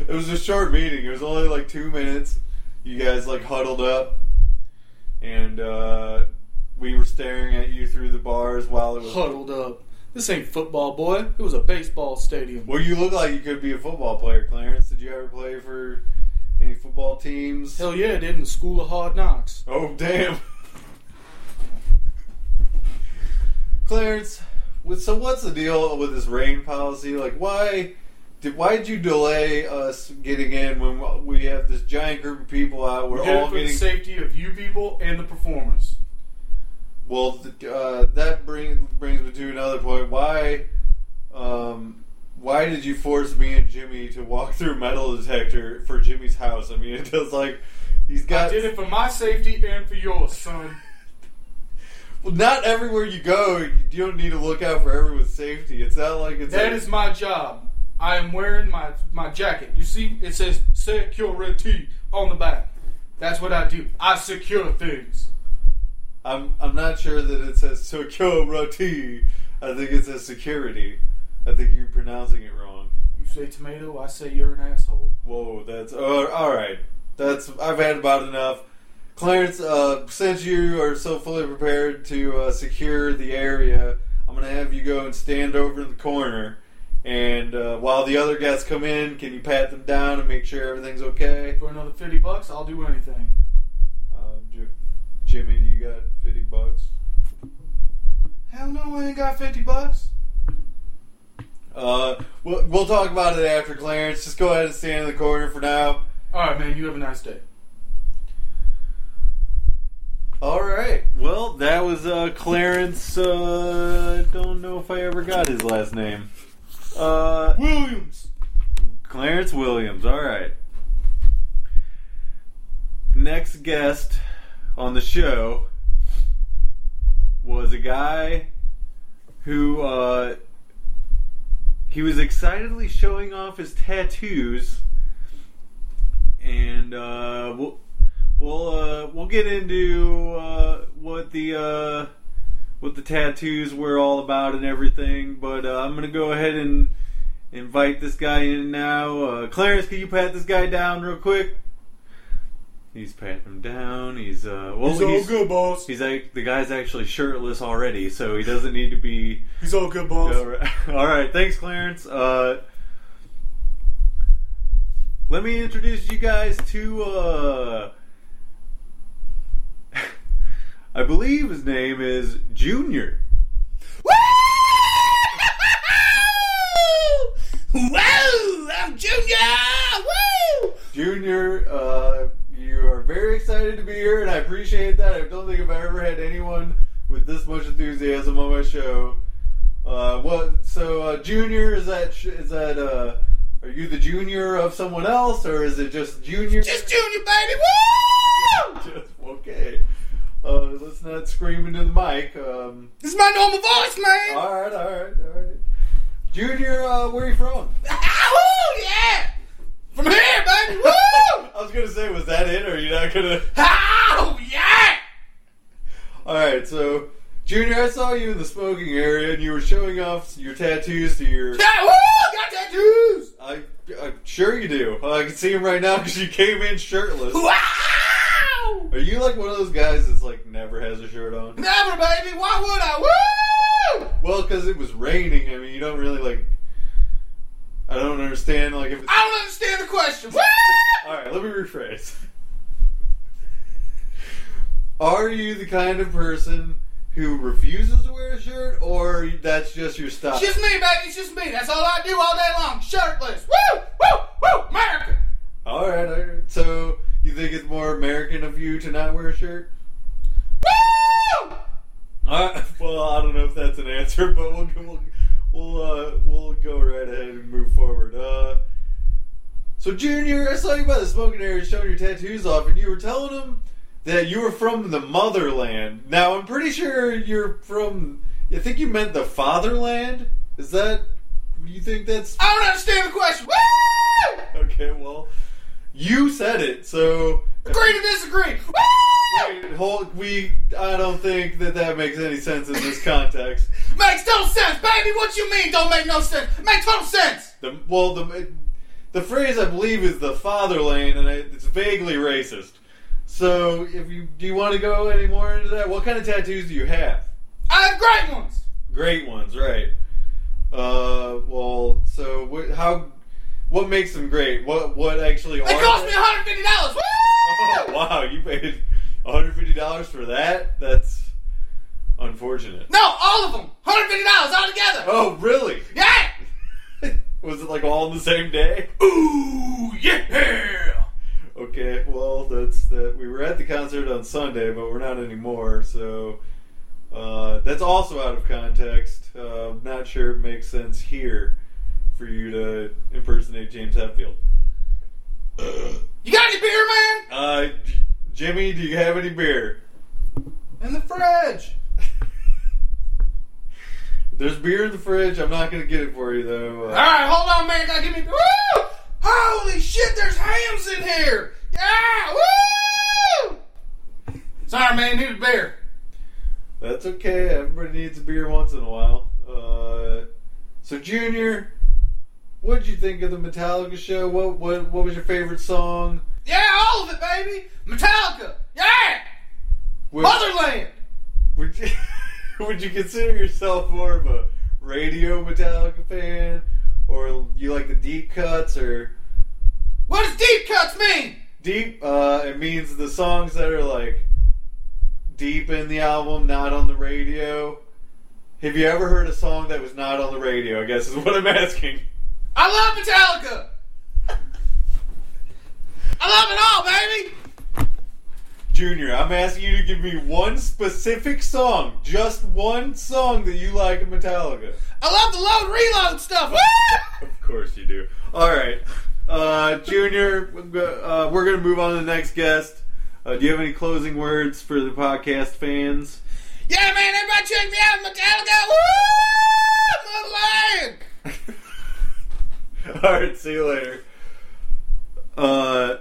Speaker 2: It was a short meeting. It was only like two minutes. You guys like huddled up, and uh, we were staring at you through the bars while it was.
Speaker 1: Huddled up. This ain't football, boy. It was a baseball stadium.
Speaker 2: Well, you look like you could be a football player, Clarence. Did you ever play for any football teams?
Speaker 1: Hell yeah, it did in the school of hard knocks.
Speaker 2: Oh damn. Clarence, with, so what's the deal with this rain policy? Like, why did why did you delay us getting in when we have this giant group of people out? We're
Speaker 1: we did it
Speaker 2: all
Speaker 1: for the
Speaker 2: getting
Speaker 1: safety of you people and the performers.
Speaker 2: Well, th- uh, that bring, brings me to another point. Why, um, why did you force me and Jimmy to walk through metal detector for Jimmy's house? I mean, it does like he's
Speaker 1: I
Speaker 2: got.
Speaker 1: did it for my safety and for yours, son.
Speaker 2: Well, not everywhere you go, you don't need to look out for everyone's safety. It's not like it's
Speaker 1: That
Speaker 2: like-
Speaker 1: is my job. I am wearing my, my jacket. You see, it says security on the back. That's what I do. I secure things.
Speaker 2: I'm I'm not sure that it says security. I think it says security. I think you're pronouncing it wrong.
Speaker 1: You say tomato, I say you're an asshole.
Speaker 2: Whoa, that's uh, all right. That's I've had about enough. Clarence, uh, since you are so fully prepared to uh, secure the area, I'm gonna have you go and stand over in the corner. And uh, while the other guys come in, can you pat them down and make sure everything's okay?
Speaker 1: For another 50 bucks, I'll do anything.
Speaker 2: Uh, Ji- Jimmy, do you got fifty bucks?
Speaker 1: Hell no, I ain't got 50 bucks.
Speaker 2: Uh, we'll, we'll talk about it after Clarence. Just go ahead and stand in the corner for now.
Speaker 1: Alright, man, you have a nice day.
Speaker 2: All right. Well, that was uh, Clarence. Uh, don't know if I ever got his last name. Uh,
Speaker 1: Williams!
Speaker 2: Clarence Williams. All right. Next guest on the show was a guy who uh, he was excitedly showing off his tattoos, and uh, we'll we'll uh, we'll get into uh, what the uh, what the tattoos were all about and everything. But uh, I'm gonna go ahead and invite this guy in now. Uh, Clarence, can you pat this guy down real quick? He's patting him down. He's uh, well,
Speaker 1: he's all good, boss.
Speaker 2: He's like the guy's actually shirtless already, so he doesn't need to be.
Speaker 1: He's all good, boss.
Speaker 2: All right, all right. thanks, Clarence. Uh, let me introduce you guys to. Uh, I believe his name is Junior.
Speaker 3: Whoa! I'm Junior! Woo!
Speaker 2: Junior, uh, you are very excited to be here, and I appreciate that. I don't think I've ever had anyone with this much enthusiasm on my show. Uh, what? So, uh, Junior, is that sh- is that? Uh, are you the junior of someone else, or is it just Junior?
Speaker 3: Just Junior, baby! Woo!
Speaker 2: Just- okay. Uh, let's not scream into the mic. Um,
Speaker 3: This is my normal voice, man!
Speaker 2: all right, all right, all right. Junior, uh, where are you from?
Speaker 3: Ah, woo, yeah! From here, baby! Woo!
Speaker 2: I was gonna say, was that it, or are you not gonna?
Speaker 3: Oh, yeah!
Speaker 2: All right, so Junior, I saw you in the smoking area, and you were showing off your tattoos to your.
Speaker 3: Yeah, woo! Got tattoos!
Speaker 2: I, I'm sure you do. I can see him right now because you came in shirtless.
Speaker 3: Wow!
Speaker 2: Are you like one of those guys that's like never has a shirt on?
Speaker 3: Never, baby! Why would I? Woo!
Speaker 2: Well, because it was raining. I mean, you don't really like. I don't understand. Like if it's.
Speaker 3: I don't understand the question. Woo!
Speaker 2: All right, let me rephrase. Are you the kind of person who refuses to wear a shirt, or that's just your style?
Speaker 3: It's just me, baby. It's just me. That's all I do all day long. Shirtless. Woo! Woo! Woo! America!
Speaker 2: All right, all right. So you think it's more American of you to not wear a shirt?
Speaker 3: Woo!
Speaker 2: All right. Well, I don't know if that's an answer, but we'll we'll we'll, uh, we'll go right ahead and move forward. Uh, so, Junior, I saw you by the smoking area showing your tattoos off, and you were telling them that you were from the motherland. Now, I'm pretty sure you're from. I think you meant the fatherland. Is that? Do you think that's
Speaker 3: I don't understand the question. Woo!
Speaker 2: okay? Well, you said it, so.
Speaker 3: Agree to disagree. Woo!
Speaker 2: Wait, hold, we. I don't think that that makes any sense in this context.
Speaker 3: Makes total sense, baby. What you mean don't make no sense? Makes total sense.
Speaker 2: The well, the the phrase I believe is the fatherland, and it- it's vaguely racist. So, if you do, you want to go any more into that? What kind of tattoos do you have?
Speaker 3: I have great ones.
Speaker 2: Great ones, right? Uh, well, so what, how? What makes them great? What what actually
Speaker 3: They
Speaker 2: are?
Speaker 3: cost me
Speaker 2: they?
Speaker 3: $150. Woo!
Speaker 2: Oh, wow, you paid one hundred fifty dollars for that. That's unfortunate.
Speaker 3: No, all of them. $150 all together.
Speaker 2: Oh, really?
Speaker 3: Yeah!
Speaker 2: Was it like all on the same day?
Speaker 3: Ooh, yeah!
Speaker 2: Okay, well, that's that. We were at the concert on Sunday, but we're not anymore. So Uh, that's also out of context. Uh, I'm not sure it makes sense here for you to impersonate James Hetfield.
Speaker 3: You got any beer, man?
Speaker 2: Uh, J- Jimmy, do you have any beer?
Speaker 3: In the fridge.
Speaker 2: There's beer in the fridge. I'm not gonna get it for you though.
Speaker 3: All
Speaker 2: Uh,
Speaker 3: right, hold on, man. Gotta give me. Woo! Holy shit! There's hams in here. Yeah! Woo! Sorry, man. Need a beer.
Speaker 2: That's okay. Everybody needs a beer once in a while. Uh, so, Junior, what did you think of the Metallica show? What what what was your favorite song?
Speaker 3: Yeah, all of it, baby. Metallica. Yeah.
Speaker 2: Would,
Speaker 3: Motherland.
Speaker 2: would you, would you consider yourself more of a radio Metallica fan, or you like the deep cuts, or
Speaker 3: What does deep cuts mean?
Speaker 2: deep? Uh, it means the songs that are like deep in the album, not on the radio. Have you ever heard a song that was not on the radio? I guess is what I'm asking.
Speaker 3: I love Metallica. I love it all, baby.
Speaker 2: Junior, I'm asking you to give me one specific song, just one song that you like in Metallica.
Speaker 3: I love the load reload stuff. Woo!
Speaker 2: Of course you do. All right, uh, Junior, uh, we're gonna move on to the next guest. Uh, do you have any closing words for the podcast fans?
Speaker 3: Yeah, man. Everybody check me out, Metallica. Woo! Motherland.
Speaker 2: All right, see you later. Uh,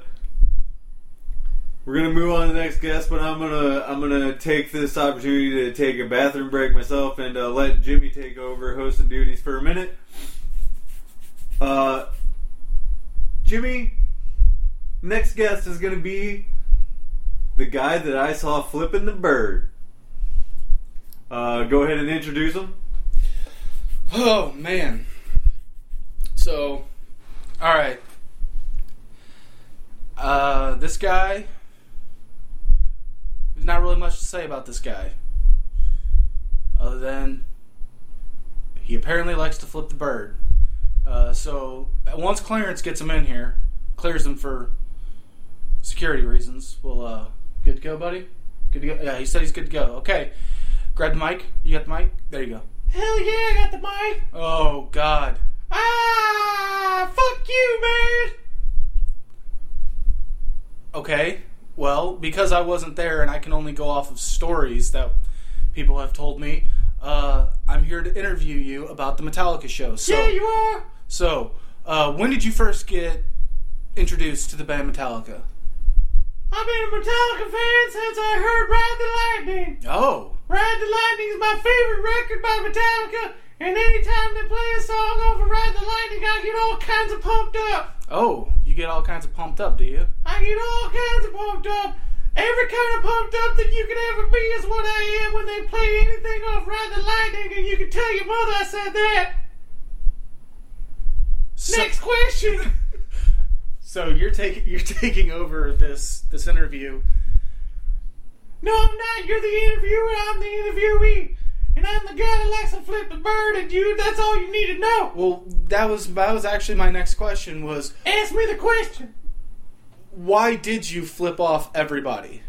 Speaker 2: we're gonna move on to the next guest, but I'm gonna I'm gonna take this opportunity to take a bathroom break myself and uh, let Jimmy take over hosting duties for a minute. Uh, Jimmy, next guest is gonna be the guy that I saw flipping the bird. Uh, go ahead and introduce him.
Speaker 1: Oh man. So, all right. Uh, this guy. There's not really much to say about this guy, other than he apparently likes to flip the bird. Uh, so once Clarence gets him in here, clears him for security reasons. Well, uh, good to go, buddy. Good to go. Yeah, he said he's good to go. Okay, grab the mic. You got the mic. There you go.
Speaker 3: Hell yeah, I got the mic.
Speaker 1: Oh God.
Speaker 3: Ah, fuck you, man.
Speaker 1: Okay. Well, because I wasn't there and I can only go off of stories that people have told me, uh, I'm here to interview you about the Metallica show. So,
Speaker 3: Yeah, you are.
Speaker 1: so uh, when did you first get introduced to the band Metallica?
Speaker 3: I've been a Metallica fan since I heard Ride the Lightning.
Speaker 1: Oh,
Speaker 3: Ride the Lightning is my favorite record by Metallica, and anytime they play a song over Ride the Lightning, I get all kinds of pumped up.
Speaker 1: oh, you get all kinds of pumped up, do you?
Speaker 3: I get all kinds of pumped up. Every kind of pumped up that you can ever be is what I am when they play anything off Ride the Lightning, and you can tell your mother I said that.
Speaker 1: So-
Speaker 3: Next question.
Speaker 1: So you're taking you're taking over this this interview.
Speaker 3: No, I'm not. You're the interviewer. I'm the interviewee. And I'm the guy that likes to flip the bird at you. That's all Oh, you need to know.
Speaker 1: Well, that was that was actually my next question was
Speaker 3: Ask me the question.
Speaker 1: why did you flip off everybody?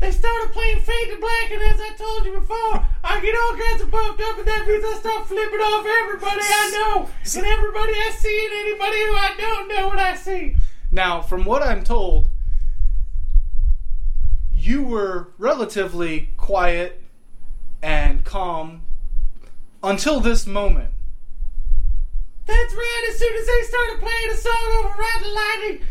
Speaker 3: They started playing Fade to Black, and as I told you before, I get all kinds of pumped up, and that means I start flipping off everybody I know, and everybody I see, and anybody who I don't know what I see.
Speaker 1: Now, from what I'm told, you were relatively quiet and calm until this moment.
Speaker 3: That's right. As soon as they started playing a song over Ride the Lightning,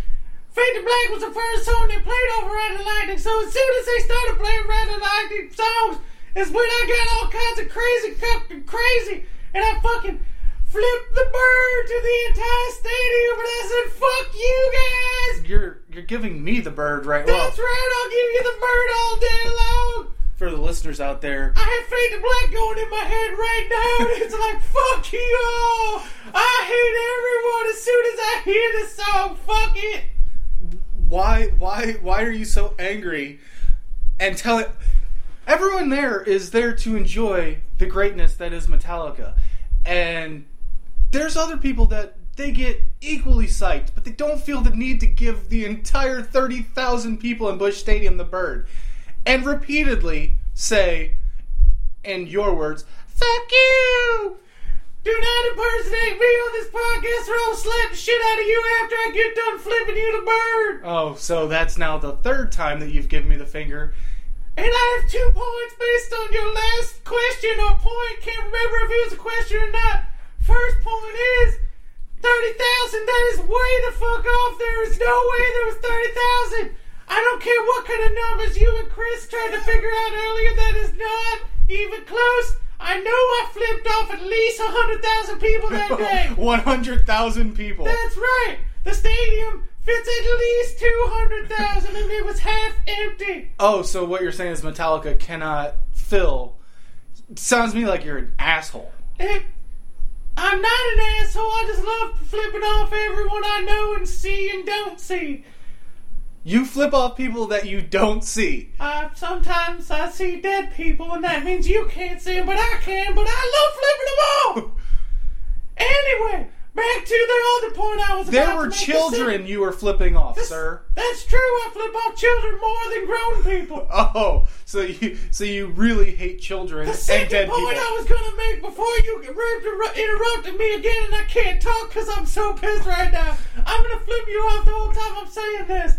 Speaker 3: Fade to Black was the first song they played over Ride the Lightning. So as soon as they started playing Ride the Lightning songs, is when I got all kinds of crazy, fucking crazy, and I fucking flipped the bird to the entire stadium, and I said, "Fuck you guys."
Speaker 1: You're you're giving me the bird right now.
Speaker 3: That's right. I'll give you the bird all day long.
Speaker 1: For the listeners out there,
Speaker 3: I have Fade to Black going in my head right now, and it's like, fuck you all! I hate everyone as soon as I hear this song, fuck it!
Speaker 1: why why why are you so angry? And tell it everyone there is there to enjoy the greatness that is Metallica. And there's other people that they get equally psyched, but they don't feel the need to give the entire 30,000 people in Bush Stadium the bird and repeatedly say,
Speaker 3: in your words, fuck you! Do not impersonate me on this podcast or I'll slap the shit out of you after I get done flipping you the bird! Oh, so that's now the third time that you've given me the finger. And I have two points based on your last question or point. Can't remember if it was a question or not. First point is 30,000. That is way the fuck off. There is no way there was 30,000. I don't care what kind of numbers you and Chris tried to figure out earlier. That is not even close. I know I flipped off at least 100,000 people that day.
Speaker 1: 100,000 people.
Speaker 3: That's right. The stadium fits at least 200,000 and it was half empty.
Speaker 1: Oh, so what you're saying is Metallica cannot fill. Sounds to me like you're an asshole.
Speaker 3: It, I'm not an asshole. I just love flipping off everyone I know and see and don't see.
Speaker 1: You flip off people that you don't see.
Speaker 3: Uh, sometimes I see dead people, and that means you can't see them, but I can. But I love flipping them off. anyway, back to the other point I was.
Speaker 1: There
Speaker 3: about
Speaker 1: were
Speaker 3: to make this
Speaker 1: children
Speaker 3: in-
Speaker 1: you were flipping off,
Speaker 3: This-
Speaker 1: sir.
Speaker 3: That's true. I flip off children more than grown people.
Speaker 1: Oh, so you so you really hate children
Speaker 3: The
Speaker 1: and
Speaker 3: second
Speaker 1: dead
Speaker 3: point
Speaker 1: people.
Speaker 3: I was gonna make before you interrupt- interrupted me again, and I can't talk because I'm so pissed right now. I'm gonna flip you off the whole time I'm saying this.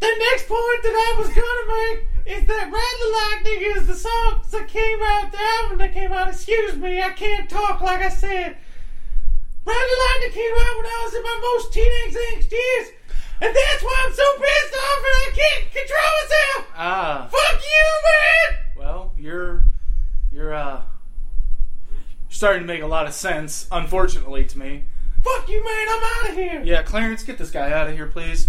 Speaker 3: The next point that I was gonna make is that Ride the Lightning is the song that came out, the album that came out. Excuse me, I can't talk like I said. Ride the Lightning came out when I was in my most teenage angst years, and that's why I'm so pissed off and I can't control myself.
Speaker 1: ah,
Speaker 3: Fuck you, man!
Speaker 1: well, you're you're uh starting to make a lot of sense, unfortunately to me.
Speaker 3: Fuck you, man, I'm out of here.
Speaker 1: Yeah, Clarence, get this guy out of here, please.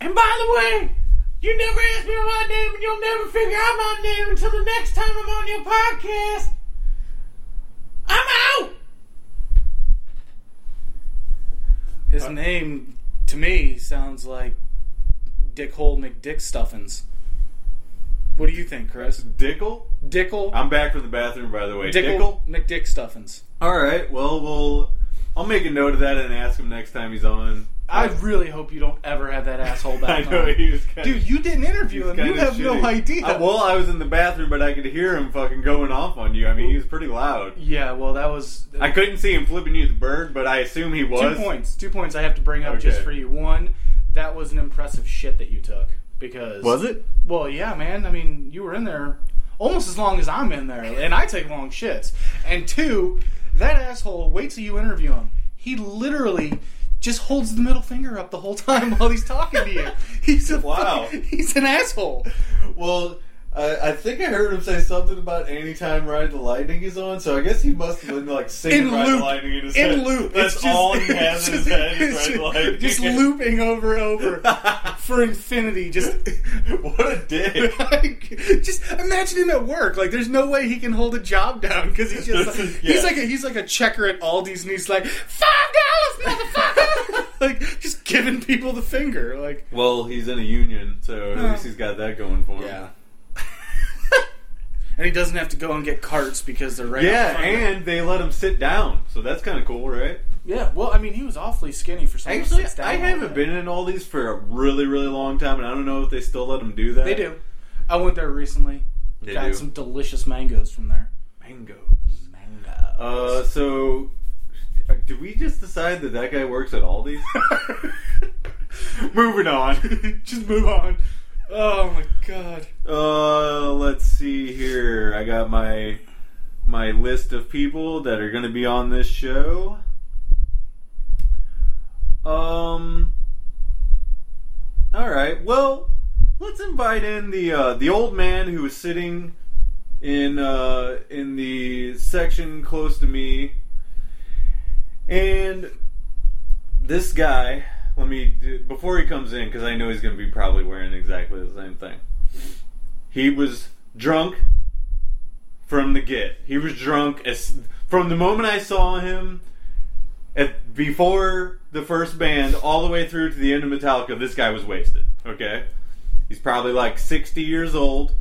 Speaker 3: And by the way, you never asked me my name and you'll never figure out my name until the next time I'm on your podcast. I'm out!
Speaker 1: His name to me sounds like Dickhole McDickstuffins. What do you think, Chris?
Speaker 2: Dickle?
Speaker 1: Dickhole
Speaker 2: I'm back from the bathroom, by the way.
Speaker 1: Dickhole McDickstuffins.
Speaker 2: All right. Well, we'll. I'll make a note of that and ask him next time he's on.
Speaker 1: I really hope you don't ever have that asshole
Speaker 2: I
Speaker 1: back
Speaker 2: know
Speaker 1: on.
Speaker 2: he was kind
Speaker 1: Dude, you didn't interview him. You have no idea.
Speaker 2: Uh, well, I was in the bathroom, but I could hear him fucking going off on you. I mean, he was pretty loud.
Speaker 1: Yeah, well, that was
Speaker 2: I couldn't see him flipping you the bird, but I assume he
Speaker 1: two
Speaker 2: was.
Speaker 1: points. Two points I have to bring up just
Speaker 2: Okay.
Speaker 1: for you. One, that was an impressive shit that you took because
Speaker 2: it?
Speaker 1: Well, yeah, man. I mean, you were in there almost as long as I'm in there, and I take long shits. And two, that asshole. Wait till you interview him. He literally. Just holds the middle finger up the whole time while he's talking to you. He's a
Speaker 2: Wow.
Speaker 1: fucking- he's an asshole.
Speaker 2: Well, I, I think I heard him say something about anytime Ride the Lightning is on, so I guess he must have been like singing
Speaker 1: in
Speaker 2: Ride
Speaker 1: loop,
Speaker 2: the Lightning in his head.
Speaker 1: in loop.
Speaker 2: That's
Speaker 1: it's just,
Speaker 2: all he has in
Speaker 1: it's
Speaker 2: his head is
Speaker 1: just-
Speaker 2: Ride the Lightning.
Speaker 1: just looping over and over for infinity. Just,
Speaker 2: what a dick.
Speaker 1: just imagine him at work. Like, there's no way he can hold a job down because he's just
Speaker 2: This is-
Speaker 1: like,
Speaker 2: yeah.
Speaker 1: he's like a, he's like a checker at Aldi's, and he's like five dollars, motherfucker. like, just giving people the finger. Like,
Speaker 2: Well, he's in a union, so at least he's got that going for him.
Speaker 1: and he doesn't have to go and get carts because they're right. out
Speaker 2: Yeah,
Speaker 1: front of him.
Speaker 2: and they let him sit down, so that's kind of cool, right?
Speaker 1: yeah. Well, I mean, he was awfully skinny for someone. who
Speaker 2: Actually,
Speaker 1: sits down
Speaker 2: I
Speaker 1: all
Speaker 2: haven't
Speaker 1: day.
Speaker 2: been in all these for a really, really long time, and I don't know if they still let him do that.
Speaker 1: They do. I went there recently.
Speaker 2: They
Speaker 1: Got
Speaker 2: do.
Speaker 1: some delicious mangoes from there.
Speaker 2: Mango.
Speaker 1: Mango.
Speaker 2: Uh, so did we just decide that that guy works at Aldi's? Moving on.
Speaker 1: Just move on. Oh my god.
Speaker 2: Uh, let's see here. I got my my list of people that are going to be on this show. Um. All right. Well, let's invite in the uh, the old man who was sitting in uh, in the section close to me, and this guy. Let me do- before he comes in because I know he's going to be probably wearing exactly the same thing. He was drunk from the get. He was drunk as from the moment I saw him at before the first band all the way through to the end of Metallica. This guy was wasted. Okay, he's probably like sixty years old,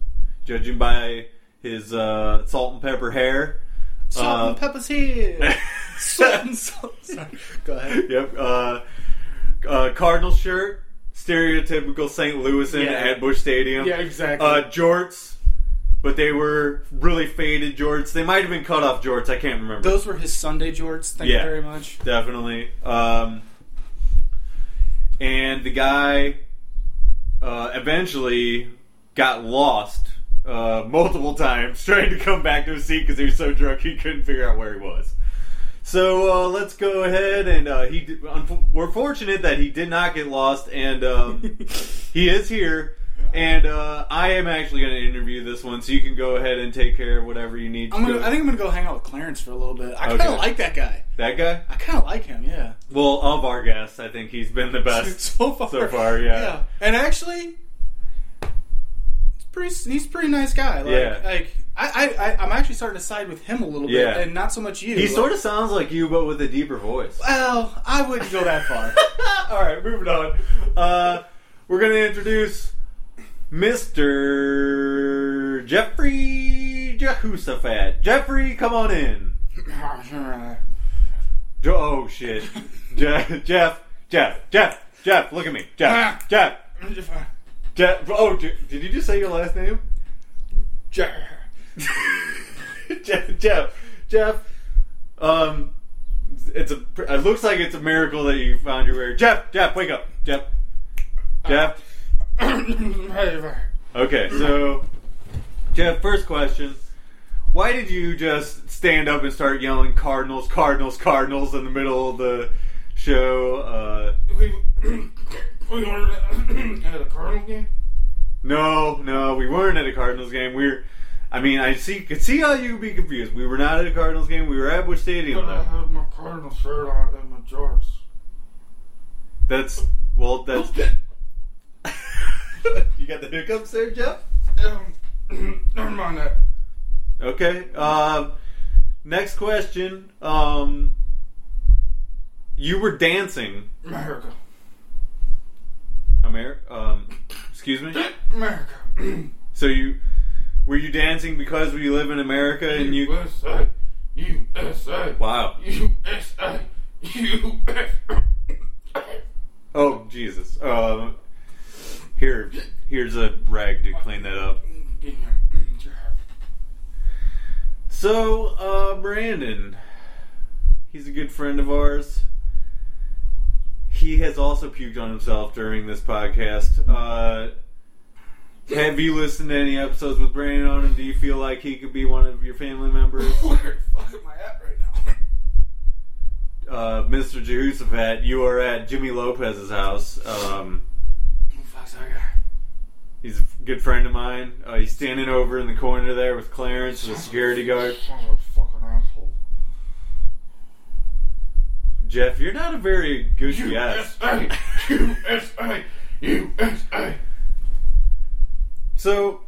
Speaker 2: judging by his uh, salt and pepper hair.
Speaker 1: Salt and
Speaker 2: Uh,
Speaker 1: pepper's here. salt and salt. Sorry. Go ahead.
Speaker 2: Yep. Uh, uh, Cardinal shirt, stereotypical St. Louis in
Speaker 1: Yeah.
Speaker 2: at Bush Stadium.
Speaker 1: Yeah, exactly.
Speaker 2: Uh, jorts, but they were really faded jorts. They might have been cut off jorts. I can't remember.
Speaker 1: Those were his Sunday jorts. Thank
Speaker 2: Yeah.
Speaker 1: you very much.
Speaker 2: definitely. Um, and the guy uh, eventually got lost uh, multiple times trying to come back to his seat because he was so drunk he couldn't figure out where he was. So uh, let's go ahead and uh, he. Did, unf- we're fortunate that he did not get lost, and um, he is here. And uh, I am actually going to interview this one, so you can go ahead and take care of whatever you need. To
Speaker 1: I'm gonna,
Speaker 2: do.
Speaker 1: I think I'm gonna go hang out with Clarence for a little bit. I kind of
Speaker 2: Okay.
Speaker 1: like that guy.
Speaker 2: that guy.
Speaker 1: I kind of like him. Yeah.
Speaker 2: Well, of our guests, I think he's been the best.
Speaker 1: so far.
Speaker 2: so far, yeah.
Speaker 1: And actually, it's pretty, he's a pretty nice guy. Like,
Speaker 2: Yeah.
Speaker 1: Like I, I, I, I'm actually starting to side with him a little bit,
Speaker 2: Yeah.
Speaker 1: and not so much you.
Speaker 2: He sort of sounds like you, but with a deeper voice.
Speaker 1: Well, I wouldn't go that far.
Speaker 2: All right, moving on. Uh, we're going to introduce Mr. Jeffrey Jehoshaphat. Jeffrey, come on in. Jo- Oh shit, Jeff, Jeff, Jeff, Jeff, Jeff, look at me, Jeff, Jeff, Jeff. Oh, J- did you just say your last name? Jeff, Jeff, Jeff. Um, it's a. It looks like it's a miracle that you found your way. Jeff, Jeff, wake up, Jeff, Jeff. Okay, so Jeff, first question: Why did you just stand up and start yelling "Cardinals, Cardinals, Cardinals" in the middle of the show? Uh,
Speaker 1: we we were at a Cardinal game.
Speaker 2: no, no, we weren't at a Cardinals game. We are I mean, I see could see how you could be confused. We were not at a Cardinals game. We were at Bush Stadium.
Speaker 1: But I
Speaker 2: Though.
Speaker 1: have my Cardinal shirt on and my jorts.
Speaker 2: That's well. That's you got the hiccups there, Jeff.
Speaker 1: Um, never mind that.
Speaker 2: Okay. Um, next question. Um, you were dancing,
Speaker 1: America.
Speaker 2: Amer. Um, excuse me.
Speaker 1: America.
Speaker 2: So you were you dancing because we live in America and you?
Speaker 1: USA. USA.
Speaker 2: Wow.
Speaker 1: USA. USA.
Speaker 2: Oh Jesus. Um, here, here's a rag to clean that up. So, uh, Brandon, he's a good friend of ours. He has also puked on himself during this podcast. Uh, have you listened to any episodes with Brandon on him? Do you feel like he could be one of your family members?
Speaker 1: Where the fuck am I at right now?
Speaker 2: Uh, Mr. Jehoshaphat, you are at Jimmy Lopez's house. Um,
Speaker 1: Who the fuck's that guy?
Speaker 2: he's a good friend of mine. Uh, he's standing over in the corner there with Clarence, the security guard.
Speaker 1: Son of a fucking asshole.
Speaker 2: Jeff, you're not a very good guest.
Speaker 1: USA. USA. USA.
Speaker 2: So,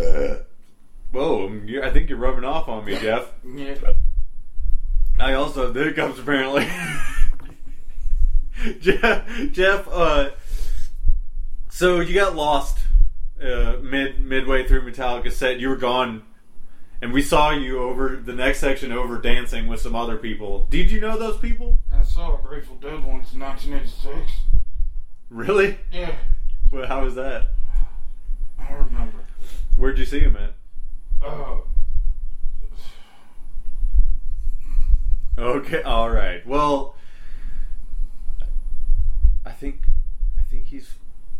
Speaker 2: uh, whoa, I'm- you're- I think you're rubbing off on me, Jeff.
Speaker 1: Yeah.
Speaker 2: I also have the hiccups apparently. Jeff, Jeff, uh, so you got lost uh, mid midway through Metallica set. You were gone, and we saw you over the next section over dancing with some other people. Did you know those people?
Speaker 1: I saw a Grateful Dead once in 1986.
Speaker 2: Really?
Speaker 1: Yeah.
Speaker 2: Well, how was that?
Speaker 1: I don't remember.
Speaker 2: Where'd you see them at?
Speaker 1: Uh,
Speaker 2: Okay, all right. Well, I think I think he's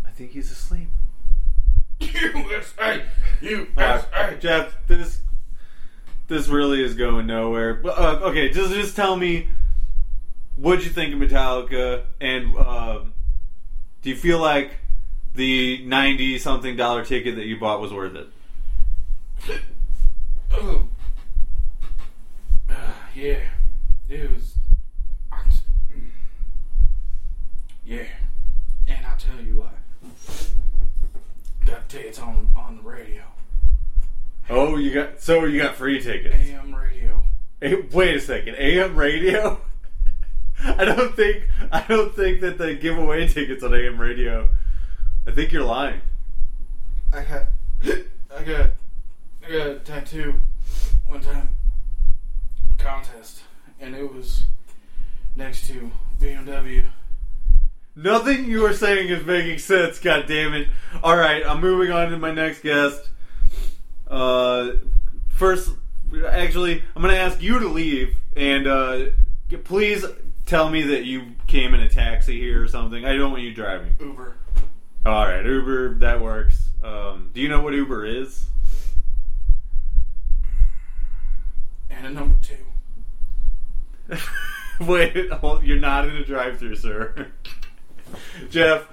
Speaker 2: I think he's asleep.
Speaker 1: USA.
Speaker 2: Uh,
Speaker 1: USA.
Speaker 2: Jeff, this this really is going nowhere. But, Uh, okay, just just tell me what you think of Metallica, and um do you feel like the ninety something dollar ticket that you bought was worth it?
Speaker 1: Oh. Uh, yeah. It was. I just- mm. yeah. And I'll tell you what. That ticket's on, on the radio.
Speaker 2: Oh, you got so you got free tickets.
Speaker 1: AM radio.
Speaker 2: Hey, wait a second, AM radio. I don't think I don't think that they give away tickets on AM radio. I think you're lying.
Speaker 1: I had. I got. I got a tattoo one time. Contest. And it was next to BMW.
Speaker 2: Nothing you are saying is making sense. God damn it! All right, I'm moving on to my next guest. Uh, first, actually, I'm going to ask you to leave, and uh, please tell me that you came in a taxi here or something. I don't want you driving.
Speaker 1: Uber.
Speaker 2: All right, Uber, that works. Um, do you know what Uber is?
Speaker 1: And a number two.
Speaker 2: Wait, hold, you're not in a drive-through, sir. Jeff,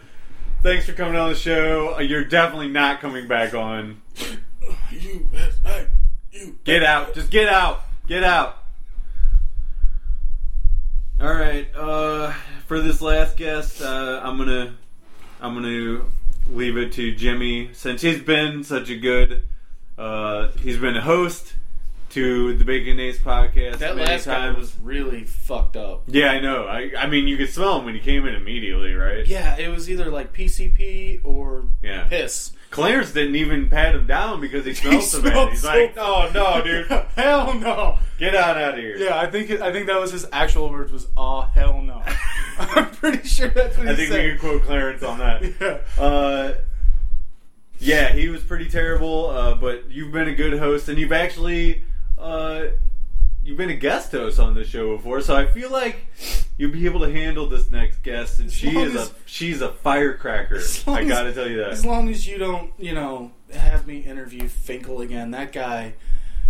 Speaker 2: thanks for coming on the show. Uh, You're definitely not coming back on.
Speaker 1: You best. Hey, you.
Speaker 2: Get out. Just get out. Get out. All right. Uh, for this last guest, uh, I'm gonna I'm gonna leave it to Jimmy since he's been such a good uh, he's been a host to the Bacon Ace podcast.
Speaker 1: That
Speaker 2: many
Speaker 1: last guy
Speaker 2: times.
Speaker 1: was really fucked up.
Speaker 2: Yeah, I know. I, I mean, you could smell him when he came in immediately, right?
Speaker 1: Yeah, it was either like PCP or
Speaker 2: Yeah.
Speaker 1: piss.
Speaker 2: Clarence didn't even pat him down because he smelled so bad.
Speaker 1: smelled
Speaker 2: He's
Speaker 1: so
Speaker 2: like, "Oh no, dude,
Speaker 1: hell no.
Speaker 2: get on out of here."
Speaker 1: Yeah, I think I think that was his actual words was "ah hell no." I'm pretty sure that's what he
Speaker 2: I think we can
Speaker 1: said.
Speaker 2: quote Clarence on that.
Speaker 1: Yeah.
Speaker 2: Uh, yeah, he was pretty terrible, uh, but you've been a good host, and you've actually uh, you've been a guest host on this show before, so I feel like you'll be able to handle this next guest. And
Speaker 1: As
Speaker 2: she
Speaker 1: long
Speaker 2: is
Speaker 1: as-
Speaker 2: a she's a firecracker.
Speaker 1: As long
Speaker 2: I
Speaker 1: as-
Speaker 2: gotta tell you
Speaker 1: As
Speaker 2: that.
Speaker 1: long as you don't, you know, have me interview Finkel again, that guy.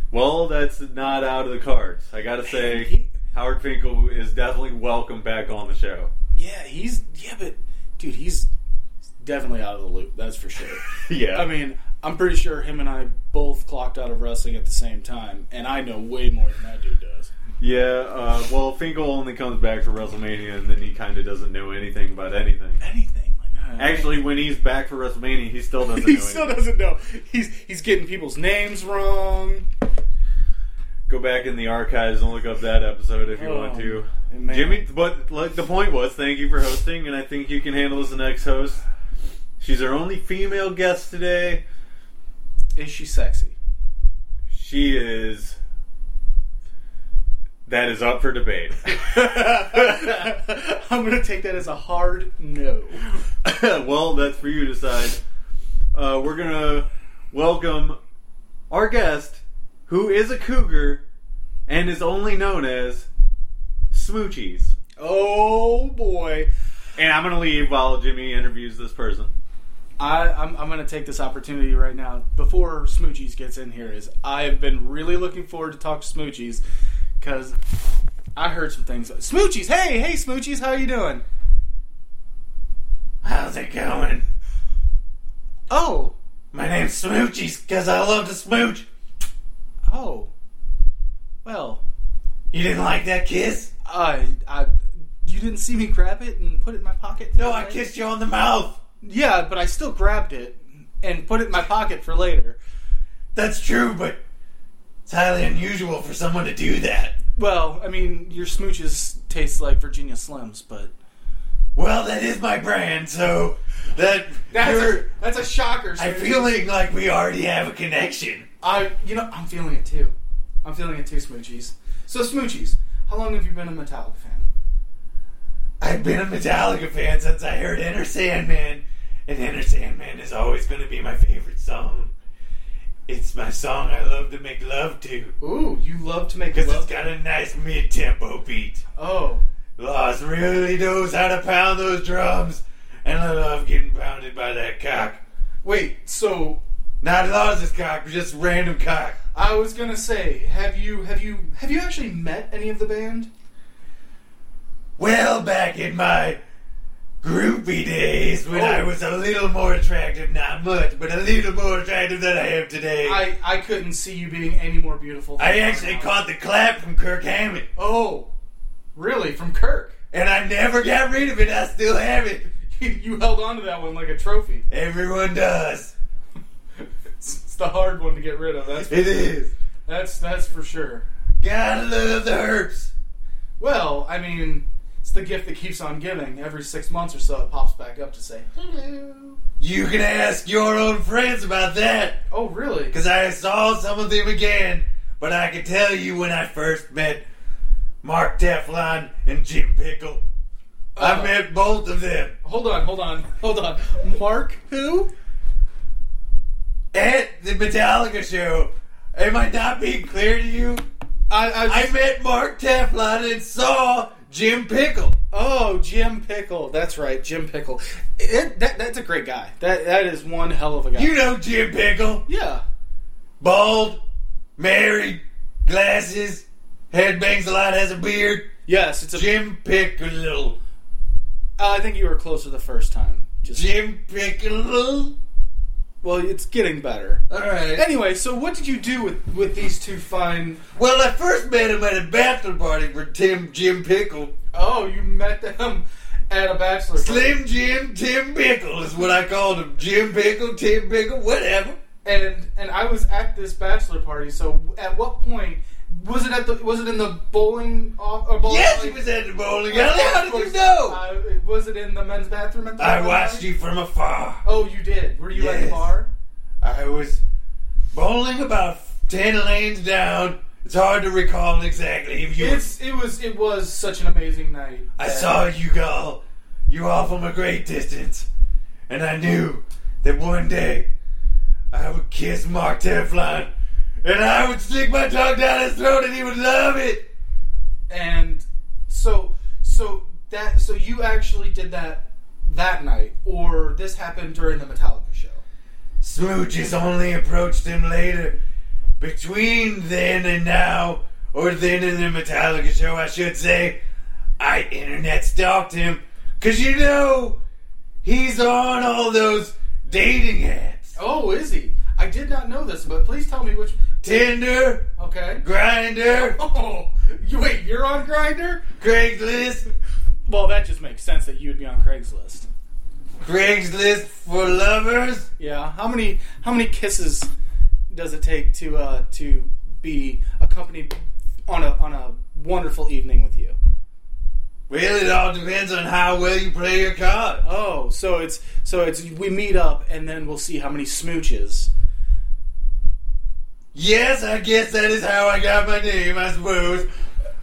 Speaker 2: Well, that's not out of the cards. I gotta say,
Speaker 1: He-
Speaker 2: Howard Finkel is definitely welcome back on the show.
Speaker 1: Yeah, he's yeah, but dude, he's definitely out of the loop. That's for sure.
Speaker 2: Yeah,
Speaker 1: I mean, I'm pretty sure him and I both clocked out of wrestling at the same time, and I know way more than that dude does.
Speaker 2: Yeah, uh, well, Finkel only comes back for WrestleMania, and then he kind of doesn't know anything about anything.
Speaker 1: Anything. Like, I don't know.
Speaker 2: Actually, when he's back for WrestleMania, he still doesn't.
Speaker 1: he
Speaker 2: know
Speaker 1: still
Speaker 2: anything.
Speaker 1: doesn't know. He's he's getting people's names wrong.
Speaker 2: Go back in the archives and look up that episode if you
Speaker 1: Oh,
Speaker 2: want to,
Speaker 1: and man.
Speaker 2: Jimmy. But like the point was, thank you for hosting, and I think you can handle as the next host. She's our only female guest today.
Speaker 1: Is she sexy?
Speaker 2: She is. That is up for debate.
Speaker 1: I'm gonna take that as a hard no.
Speaker 2: well, that's for you to decide. Uh, we're gonna welcome our guest, who is a cougar, and is only known as Smoochies.
Speaker 1: Oh boy.
Speaker 2: And I'm gonna leave while Jimmy interviews this person.
Speaker 1: I, I'm, I'm going to take this opportunity right now before Smoochies gets in here. Is I have been really looking forward to talk to Smoochies because I heard some things. Smoochies, hey, hey, Smoochies, how you doing?
Speaker 2: How's it going?
Speaker 1: Oh,
Speaker 2: My name's Smoochies because I love to smooch.
Speaker 1: oh, well,
Speaker 2: You didn't like that kiss?
Speaker 1: I, I, you didn't see me grab it and put it in my pocket. right?
Speaker 2: you on the mouth.
Speaker 1: Yeah, but I still grabbed it and put it in my pocket for later.
Speaker 2: That's true, but it's highly unusual for someone to do that.
Speaker 1: Well, I mean, your smooches taste like Virginia Slims, but
Speaker 2: Well, that is my brand, so that
Speaker 1: that's a shocker.
Speaker 2: I'm feeling like we already have a connection.
Speaker 1: I, you know, I'm feeling it too. I'm feeling it too, Smoochies. So, Smoochies, how long have you been a Metallica fan?
Speaker 2: I've been a Metallica fan since I heard Enter Sandman, and Enter Sandman is always going to be my favorite song. It's my song I love to make love to,
Speaker 1: Ooh, you love to make
Speaker 2: because it's
Speaker 1: love.
Speaker 2: got a nice mid tempo beat.
Speaker 1: Oh,
Speaker 2: Lost really knows how to pound those drums, and I love getting pounded by that cock.
Speaker 1: wait. So,
Speaker 2: Not Laws's cock, but just random cock.
Speaker 1: I was gonna say, have you, have you, have you actually met any of the band?
Speaker 2: Well, back in my groupie days when
Speaker 1: Oh.
Speaker 2: I was a little more attractive, not much, but a little more attractive than I am today, I,
Speaker 1: I, I couldn't see you being any more beautiful. than you are
Speaker 2: actually
Speaker 1: now.
Speaker 2: caught the clap from Kirk Hammett.
Speaker 1: Oh, really? From Kirk?
Speaker 2: And I never got rid of it, I still have it.
Speaker 1: You, you held on to that one like a trophy.
Speaker 2: Everyone does.
Speaker 1: It's, it's the hard one to get rid of. That's
Speaker 2: It is.
Speaker 1: that's that's for sure.
Speaker 2: Gotta love the herps.
Speaker 1: Well, I mean, it's the gift that keeps on giving. Every six months or so, it pops back up to say hello.
Speaker 2: You can ask your own friends about that,
Speaker 1: Oh, really?
Speaker 2: because I saw some of them again, but I can tell you when I first met Mark Teflon and Jim Pickle. I
Speaker 1: Uh,
Speaker 2: met both of them.
Speaker 1: Hold on, hold on, hold on. Mark, who?
Speaker 2: at the Metallica show. Am I not being clear to you?
Speaker 1: I, I,
Speaker 2: I met Mark Teflon and saw Jim Pickle.
Speaker 1: Oh, Jim Pickle. That's right, Jim Pickle. It, that, that's a great guy. That that is one hell of a guy.
Speaker 2: You know Jim Pickle.
Speaker 1: yeah.
Speaker 2: Bald, married, glasses, head bangs a lot, has a beard.
Speaker 1: Yes, it's a.
Speaker 2: Jim Pickle.
Speaker 1: Uh, I think you were closer the first time. Just
Speaker 2: Jim Pickle.
Speaker 1: well, it's getting better.
Speaker 2: Alright.
Speaker 1: Anyway, so what did you do with with these two fine?
Speaker 2: Well, I first met him at a bachelor party for Tim Jim Pickle.
Speaker 1: Oh, you met them at a bachelor.
Speaker 2: Slim Jim Tim Pickle is what I called him. Jim Pickle, Tim Pickle, whatever.
Speaker 1: and and I was at this bachelor party. So at what point was it at the was it in the bowling off or bowling?
Speaker 2: Yes, he
Speaker 1: alley?
Speaker 2: was at the bowling alley. How did you know?
Speaker 1: Uh, was it in the men's bathroom at the
Speaker 2: I
Speaker 1: bowling
Speaker 2: watched
Speaker 1: alley?
Speaker 2: you from afar.
Speaker 1: Oh, you did. Were you at the
Speaker 2: Yes.
Speaker 1: bar?
Speaker 2: I was bowling about ten lanes down. It's hard to recall exactly if you.
Speaker 1: It's it was it was such an amazing night.
Speaker 2: I
Speaker 1: that-
Speaker 2: saw you go, you all from a great distance, and I knew that one day I would kiss Mark Teflon, and I would stick my tongue down his throat, and he would love it.
Speaker 1: and so so that so you actually did that that night, or this happened during the Metallica show.
Speaker 2: Smooches only approached him later. Between then and now, or then and the Metallica show, I should say, I internet stalked him. Cause you know, he's on all those dating apps.
Speaker 1: Oh, is he? I did not know this, but please tell me which.
Speaker 2: Tinder,
Speaker 1: Okay.
Speaker 2: Grinder,
Speaker 1: Oh, you, wait, you're on Grinder?
Speaker 2: Craigslist,
Speaker 1: Well, that just makes sense that you would be on Craigslist.
Speaker 2: Craigslist for lovers.
Speaker 1: Yeah. How many how many kisses does it take to uh, to be accompanied on a on a wonderful evening with you?
Speaker 2: Well, it all depends on how well you play your card.
Speaker 1: Oh, so it's so it's we meet up and then we'll see how many smooches.
Speaker 2: Yes, I guess that is how I got my name, I suppose.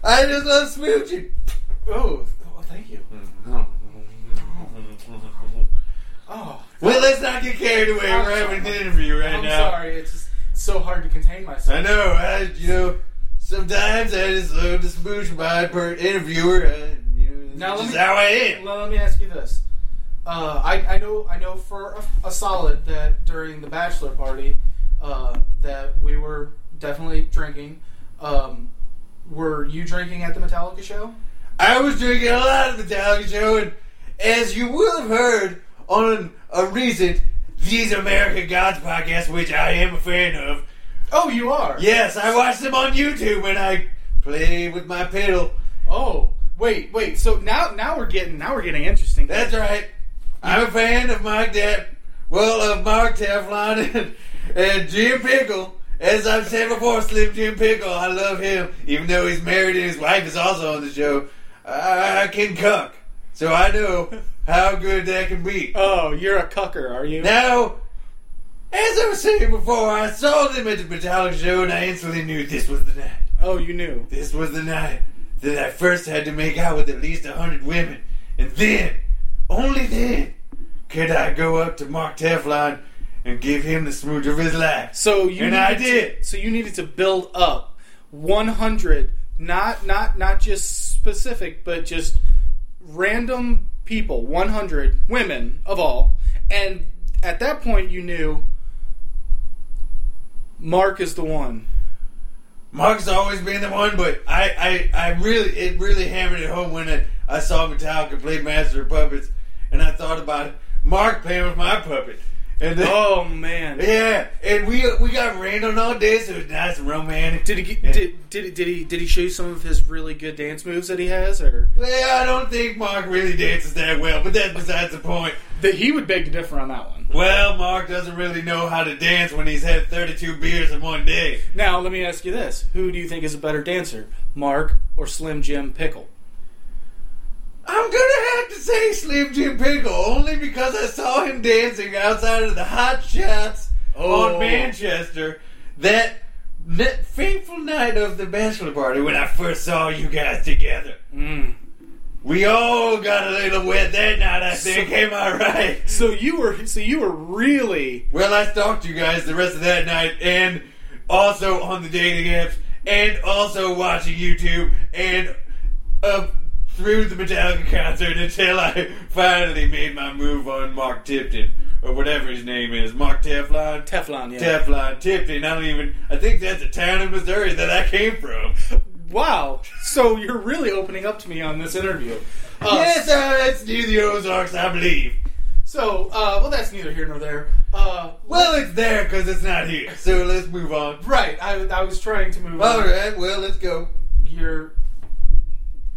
Speaker 2: I just love smooching.
Speaker 1: Oh, oh thank you. Oh,
Speaker 2: Well, let's not get carried away.
Speaker 1: I'm
Speaker 2: We're having an
Speaker 1: sorry.
Speaker 2: interview right
Speaker 1: I'm
Speaker 2: now.
Speaker 1: sorry. It's just so hard to contain myself.
Speaker 2: I know. I, you know, sometimes I just love to smooch my per interviewer. I, you know,
Speaker 1: Now
Speaker 2: that's
Speaker 1: let
Speaker 2: just
Speaker 1: me-
Speaker 2: how I am.
Speaker 1: Well, let me ask you this. Uh, I, I know I know for a, a solid that during the bachelor party uh, that we were definitely drinking. Um, were you drinking at the Metallica show?
Speaker 2: I was drinking a lot of the Metallica show, and as you will have heard on a recent These American Gods podcast, which I am a fan of,
Speaker 1: Oh, you are.
Speaker 2: yes, I watched them on YouTube when I played with my pedal.
Speaker 1: Oh, wait, wait. So now now we're getting now we're getting interesting.
Speaker 2: That's right. I'm a fan of Mike Depp. Well, of Mark Teflon and, and Jim Pickle. As I've said before, Slim Jim Pickle, I love him. Even though he's married and his wife is also on the show, I, I can cuck. So I know how good that can be.
Speaker 1: oh, you're a cucker, are you?
Speaker 2: Now, as I was saying before, I saw them at the Metallica show and I instantly knew this was the night.
Speaker 1: oh, you knew.
Speaker 2: This was the night that I first had to make out with at least a hundred women, and then, only then, could I go up to Mark Teflon and give him the smooch of his life.
Speaker 1: So you
Speaker 2: And I
Speaker 1: needed to-
Speaker 2: did.
Speaker 1: so you needed to build up 100, not not not just specific, but just random people, 100 women of all, and at that point you knew Mark is the one.
Speaker 2: Mark's always been the one, but I, I, I really, it really hammered it home when I, I saw Metallica play Master of Puppets, and I thought about Mark playing with my puppet, and then,
Speaker 1: Oh man.
Speaker 2: yeah, and we we got random all day, so it was nice and romantic.
Speaker 1: Did he get-
Speaker 2: Yeah.
Speaker 1: did, did did he did he show you some of his really good dance moves that he has or
Speaker 2: Well, I don't think Mark really dances that well, but that's besides the point.
Speaker 1: that he would beg to differ on that one.
Speaker 2: Well, Mark doesn't really know how to dance when he's had 32 beers in one day.
Speaker 1: Now, let me ask you this. Who do you think is a better dancer, Mark or Slim Jim Pickle?
Speaker 2: I'm gonna have to say Slim Jim Pickle only because I saw him dancing outside of the Hot Shots
Speaker 1: Oh.
Speaker 2: on Manchester that n- fateful night of the bachelor party when I first saw you guys together.
Speaker 1: Mm.
Speaker 2: We all got a little wet that night, I think. Am I right?
Speaker 1: So you were so you were really
Speaker 2: Well, I stalked you guys the rest of that night, and also on the dating apps, and also watching YouTube, and up through the Metallica concert until I finally made my move on Mark Tipton, or whatever his name is. Mark Teflon?
Speaker 1: Teflon. Yeah.
Speaker 2: Teflon Tipton. I don't even. I think that's a town in Missouri that I came from.
Speaker 1: Wow. So you're really opening up to me on this interview. Uh,
Speaker 2: yes, uh, that's near the Ozarks, I believe.
Speaker 1: So uh, well, that's neither here nor there. Uh,
Speaker 2: Well, it's there because it's not here. So let's move on.
Speaker 1: right. I, I was trying to move.
Speaker 2: All
Speaker 1: on.
Speaker 2: right. Well, let's go.
Speaker 1: You're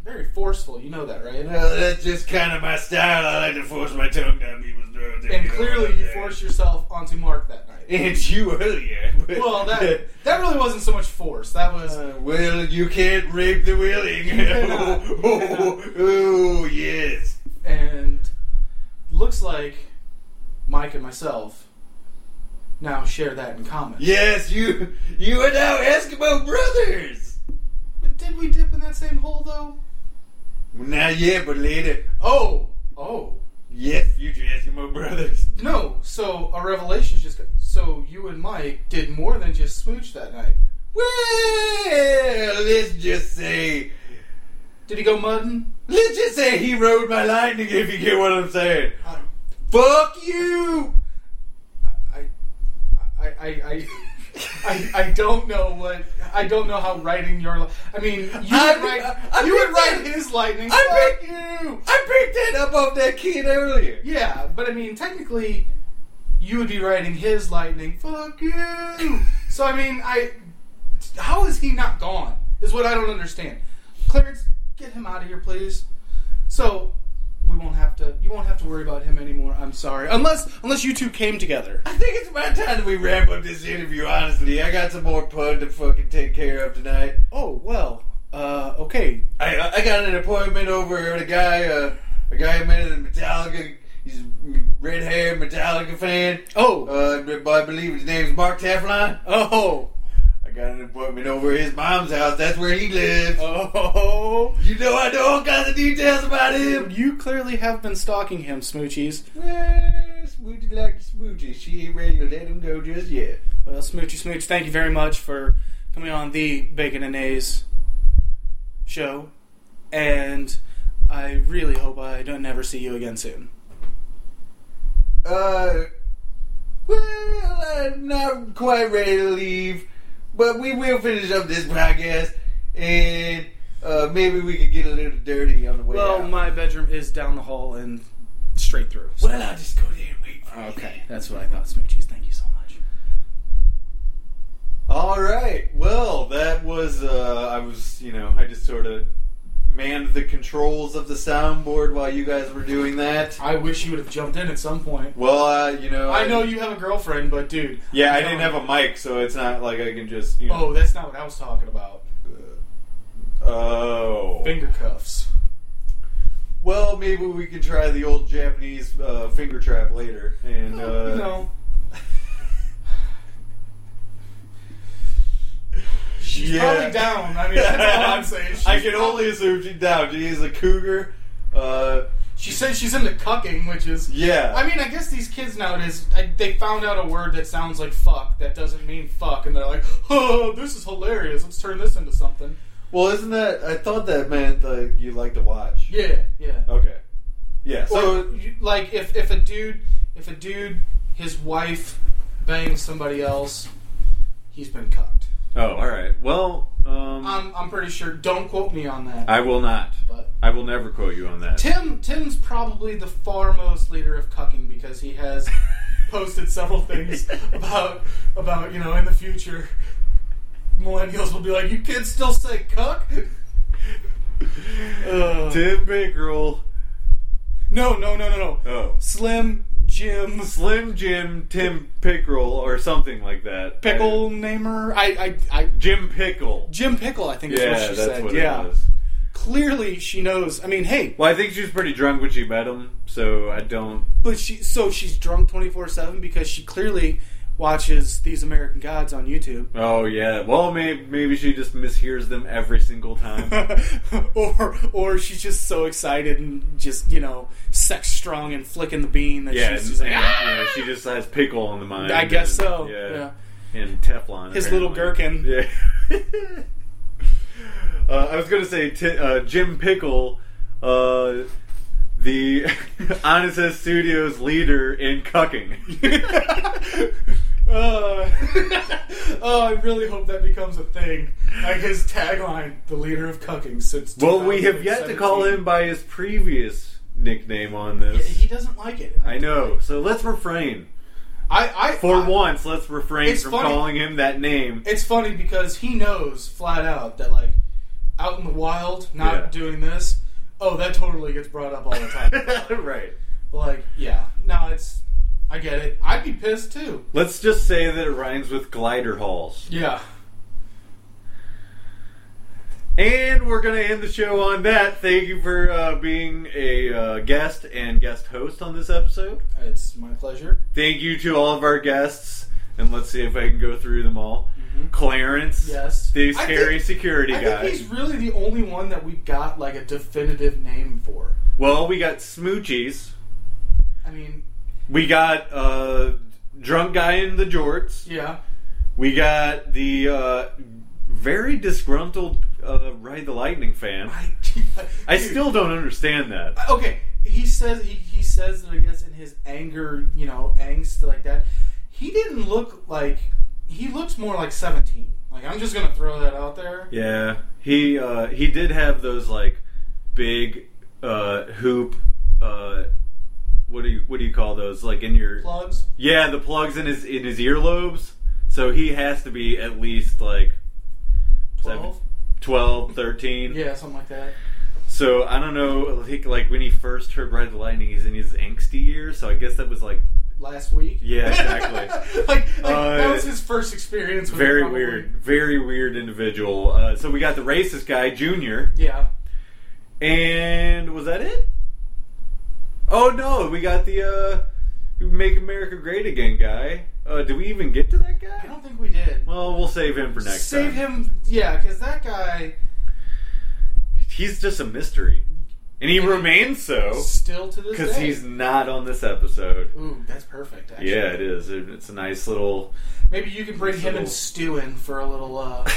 Speaker 1: very forceful. You know that, right?
Speaker 2: Well, that's just kind of my style. I like to force my tongue down people's throats.
Speaker 1: and clearly, you forced yourself onto Mark that night.
Speaker 2: And you earlier. But
Speaker 1: Well, that that really wasn't so much force. That was
Speaker 2: Uh, well, you can't rape the willing.
Speaker 1: cannot.
Speaker 2: oh,
Speaker 1: You
Speaker 2: oh,
Speaker 1: cannot.
Speaker 2: oh, yes.
Speaker 1: and looks like Mike and myself now share that in common.
Speaker 2: Yes, you you are now Eskimo brothers.
Speaker 1: But did we dip in that same hole though?
Speaker 2: Not yet, but later.
Speaker 1: Oh, oh.
Speaker 2: Yes, future Eskimo brothers.
Speaker 1: No, so a revelation's just so you and Mike did more than just smooch that night.
Speaker 2: Well, let's just say,
Speaker 1: Did he go mudding?
Speaker 2: let's just say he rode my lightning. If you get what I'm saying.
Speaker 1: I,
Speaker 2: Fuck you.
Speaker 1: I, I, I, I, I, I don't know what I don't know how writing your. li- I mean, you would
Speaker 2: I-
Speaker 1: write
Speaker 2: I
Speaker 1: you would
Speaker 2: picked
Speaker 1: write
Speaker 2: it.
Speaker 1: his lightning.
Speaker 2: I
Speaker 1: Fuck you.
Speaker 2: I picked that up off that kid earlier.
Speaker 1: Yeah, but I mean, technically, you would be writing his lightning. Fuck you. so I mean, I how is he not gone? Is what I don't understand. Clarence, get him out of here, please. So we won't have to. You won't have to worry about him anymore. I'm sorry, unless unless you two came together.
Speaker 2: I think it's about time that we wrap up this interview, honestly. I got some more pud to fucking take care of tonight.
Speaker 1: Oh well. Uh, okay.
Speaker 2: I, I got an appointment over at a guy, uh, a guy I met at Metallica. He's red haired Metallica fan.
Speaker 1: Oh.
Speaker 2: Uh, I believe his name's Mark Teflon.
Speaker 1: oh.
Speaker 2: I got an appointment over at his mom's house. That's where he lives.
Speaker 1: Oh.
Speaker 2: You know, I know all kinds of details about him.
Speaker 1: You clearly have been stalking him, Smoochies.
Speaker 2: Well, Smoochie like Smoochie. She ain't ready to let him go just yet.
Speaker 1: Well, Smoochy Smooch, thank you very much for coming on the Bacon and A's show. And I really hope I don't never see you again soon.
Speaker 2: Uh, well, I'm not quite ready to leave, but we will finish up this podcast, and uh, maybe we could get a little dirty on the way
Speaker 1: Well,
Speaker 2: out.
Speaker 1: my bedroom is down the hall and straight through. so-
Speaker 2: well, I'll just go there and wait for you.
Speaker 1: Okay, that's what I thought, Smoochies. Thank you so much.
Speaker 2: All right. Well, that was. Uh, I was, you know, I just sort of manned the controls of the soundboard while you guys were doing that.
Speaker 1: I wish you would have jumped in at some point.
Speaker 2: Well, uh, you know,
Speaker 1: I know you have a girlfriend, but dude.
Speaker 2: Yeah, I
Speaker 1: no.
Speaker 2: didn't have a mic, so it's not like I can just. You know,
Speaker 1: Oh, that's not what I was talking about.
Speaker 2: Oh.
Speaker 1: Finger cuffs.
Speaker 2: Well, maybe we can try the old Japanese uh, finger trap later. And uh,
Speaker 1: no. She's
Speaker 2: yeah.
Speaker 1: probably down. I mean, that's all I'm saying. She's
Speaker 2: I can
Speaker 1: probably-
Speaker 2: only assume she's down. She is a cougar. Uh,
Speaker 1: She said she's into cucking, which is.
Speaker 2: yeah.
Speaker 1: I mean, I guess these kids nowadays, I, they found out a word that sounds like fuck that doesn't mean fuck, and they're like, oh, this is hilarious. Let's turn this into something.
Speaker 2: well, isn't that? I thought that meant like you like to watch.
Speaker 1: Yeah, yeah.
Speaker 2: Okay. Yeah. Uh, So.
Speaker 1: or, you- like, if, if a dude, if a dude, his wife bangs somebody else, he's been cucked.
Speaker 2: oh, all right. Well, um,
Speaker 1: I'm, I'm pretty sure. Don't quote me on that.
Speaker 2: I will not.
Speaker 1: but
Speaker 2: I will never quote you on that.
Speaker 1: Tim, Tim's probably the foremost leader of cucking because he has posted several things about about you know in the future millennials will be like you kids still say cuck Uh,
Speaker 2: Tim Bakerel.
Speaker 1: no no no no no
Speaker 2: Oh.
Speaker 1: slim jim
Speaker 2: Slim Jim, Tim Pickerel, or something like that.
Speaker 1: pickle namer i i, I
Speaker 2: Jim Pickle.
Speaker 1: jim pickle i think is
Speaker 2: yeah,
Speaker 1: what she
Speaker 2: that's
Speaker 1: said
Speaker 2: what
Speaker 1: yeah
Speaker 2: it was.
Speaker 1: clearly she knows i mean hey
Speaker 2: Well, I think she was pretty drunk when she met him, so I don't.
Speaker 1: But she, so she's drunk twenty four seven because she clearly watches These American Gods on YouTube.
Speaker 2: Oh yeah. Well, maybe maybe she just mishears them every single time.
Speaker 1: or or she's just so excited and just, you know, sex strong and flicking the bean that
Speaker 2: yeah, and,
Speaker 1: she's just like,
Speaker 2: and,
Speaker 1: "Ah!"
Speaker 2: yeah, she just has pickle on the mind.
Speaker 1: I guess
Speaker 2: and-
Speaker 1: so.
Speaker 2: Yeah,
Speaker 1: Yeah.
Speaker 2: and Teflon.
Speaker 1: His little
Speaker 2: apparently. Yeah. uh, I was gonna say t- uh, Jim Pickle, uh, the Honest Studios leader in cucking.
Speaker 1: Uh, oh, I really hope that becomes a thing. Like his tagline, the leader of cucking since
Speaker 2: well, we have yet to call
Speaker 1: 2017.
Speaker 2: him by his previous nickname on
Speaker 1: Yeah,
Speaker 2: this.
Speaker 1: he doesn't like it.
Speaker 2: I know. So let's refrain.
Speaker 1: I, I
Speaker 2: For
Speaker 1: I-
Speaker 2: once, let's refrain
Speaker 1: It's
Speaker 2: from
Speaker 1: funny.
Speaker 2: calling him that name.
Speaker 1: it's funny because he knows flat out that like out in the wild, not
Speaker 2: Yeah.
Speaker 1: doing this. Oh, that totally gets brought up all the time.
Speaker 2: right.
Speaker 1: but like, yeah, no, it's I get it. I'd be pissed too.
Speaker 2: Let's just say that it rhymes with glider halls.
Speaker 1: Yeah.
Speaker 2: And we're going to end the show on that. Thank you for uh, being a uh, guest and guest host on this episode.
Speaker 1: It's my pleasure.
Speaker 2: Thank you to all of our guests. And let's see if I can go through them all. Clarence,
Speaker 1: Mm-hmm. Yes.
Speaker 2: the
Speaker 1: I
Speaker 2: scary
Speaker 1: think-
Speaker 2: security
Speaker 1: I
Speaker 2: guy.
Speaker 1: think he's really the only one that we got like a definitive name for.
Speaker 2: Well, we got Smoochies.
Speaker 1: I mean,
Speaker 2: We got uh, drunk guy in the jorts.
Speaker 1: yeah.
Speaker 2: We got the uh, very disgruntled uh, Ride the Lightning fan.
Speaker 1: I,
Speaker 2: I
Speaker 1: Dude.
Speaker 2: still don't understand that.
Speaker 1: okay he says he, he says that i guess in his anger you know angst like that he didn't look like he looks more like 17 like i'm just gonna throw that out there
Speaker 2: Yeah, he uh, he did have those like big uh, hoop. Uh, what do you what do you call those? Like in your
Speaker 1: plugs
Speaker 2: yeah, the plugs in his in his earlobes. So he has to be at least like
Speaker 1: 12
Speaker 2: 12, 13.
Speaker 1: yeah something like that
Speaker 2: So I don't know, like, like when he first heard Ride the Lightning, he's in his angsty year. So I guess that was like
Speaker 1: last week
Speaker 2: Yeah, exactly.
Speaker 1: like, like
Speaker 2: Uh,
Speaker 1: that was his first experience with it,
Speaker 2: very
Speaker 1: probably.
Speaker 2: weird, very weird individual. Uh, so we got the racist guy, Junior,
Speaker 1: yeah
Speaker 2: and was that it? Oh no, we got the uh, Make America Great Again guy. Uh, did we even get to that
Speaker 1: i
Speaker 2: guy?
Speaker 1: don't think we did
Speaker 2: Well, we'll save him for next
Speaker 1: save
Speaker 2: time.
Speaker 1: him yeah because that guy
Speaker 2: He's just a mystery, and he
Speaker 1: And-
Speaker 2: remains so
Speaker 1: still to this
Speaker 2: because
Speaker 1: day
Speaker 2: Oh. he's not on this episode.
Speaker 1: ooh that's perfect actually.
Speaker 2: Yeah, it is. It- It's a nice little.
Speaker 1: maybe you can bring him and
Speaker 2: Little-
Speaker 1: stew in for a little uh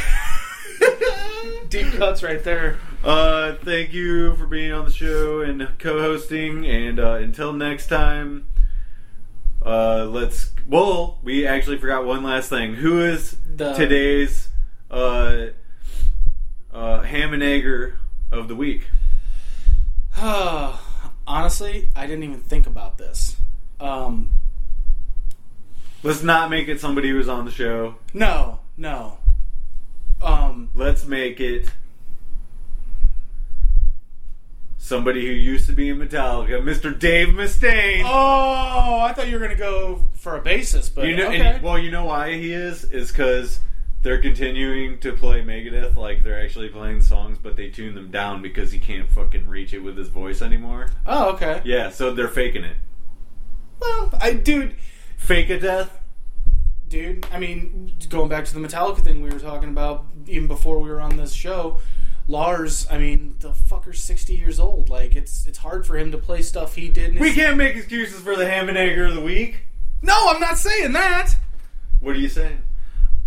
Speaker 1: deep cuts right there
Speaker 2: Uh, thank you for being on the show and co-hosting. And uh, until next time, uh, let's. Well, we actually forgot one last thing. Who is
Speaker 1: The-
Speaker 2: today's uh, uh, ham and egger of the week?
Speaker 1: uh, Honestly, I didn't even think about this. Um,
Speaker 2: Let's not make it somebody who's on the show.
Speaker 1: no, no. Um,
Speaker 2: Let's make it somebody who used to be in Metallica, Mr. Dave Mustaine.
Speaker 1: oh, I thought you were gonna go for a basis, but
Speaker 2: You know,
Speaker 1: okay.
Speaker 2: and, well, you know why he is is because they're continuing to play Megadeth like they're actually playing songs, but they tune them down because he can't fucking reach it with his voice anymore.
Speaker 1: oh, okay.
Speaker 2: Yeah, so they're faking it.
Speaker 1: Well, I dude,
Speaker 2: Fake a death.
Speaker 1: dude. I mean, going back to the Metallica thing we were talking about even before we were on this show. Lars, I mean, the fucker's sixty years old. Like, it's it's hard for him to play stuff he did. in his-
Speaker 2: We can't make excuses for the ham and egger of the week.
Speaker 1: no, I'm not saying that.
Speaker 2: What are you saying?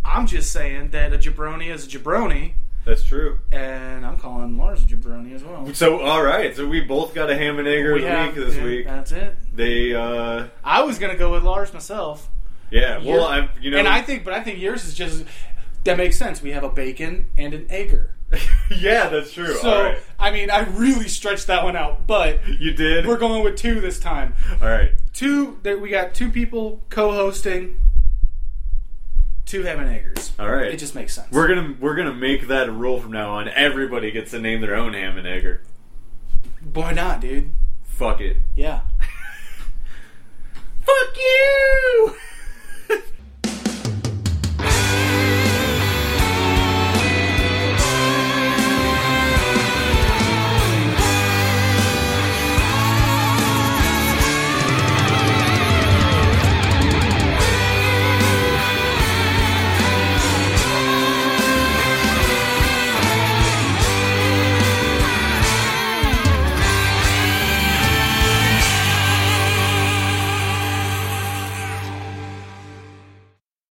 Speaker 1: I'm just saying that a jabroni is a jabroni,
Speaker 2: That's true.
Speaker 1: and I'm calling Lars a jabroni as well.
Speaker 2: So all right, so we both got a ham and egger of the week this
Speaker 1: yeah,
Speaker 2: week.
Speaker 1: That's it.
Speaker 2: They, uh
Speaker 1: I was gonna go with Lars myself,
Speaker 2: yeah.
Speaker 1: Your-
Speaker 2: Well, I'm you know,
Speaker 1: and I think, but I think yours is just that makes sense. We have a bacon and an egger,
Speaker 2: yeah, that's true. all
Speaker 1: so
Speaker 2: right,
Speaker 1: I mean, I really stretched that one out, but
Speaker 2: you did.
Speaker 1: we're going with two this time.
Speaker 2: all right.
Speaker 1: Two that we got two people co-hosting, two ham and eggers.
Speaker 2: All right.
Speaker 1: It just makes sense.
Speaker 2: We're gonna we're gonna make that a rule from now on. Everybody gets to name their own ham and egger.
Speaker 1: why not, dude?
Speaker 2: Fuck it.
Speaker 1: Yeah.
Speaker 2: Fuck you.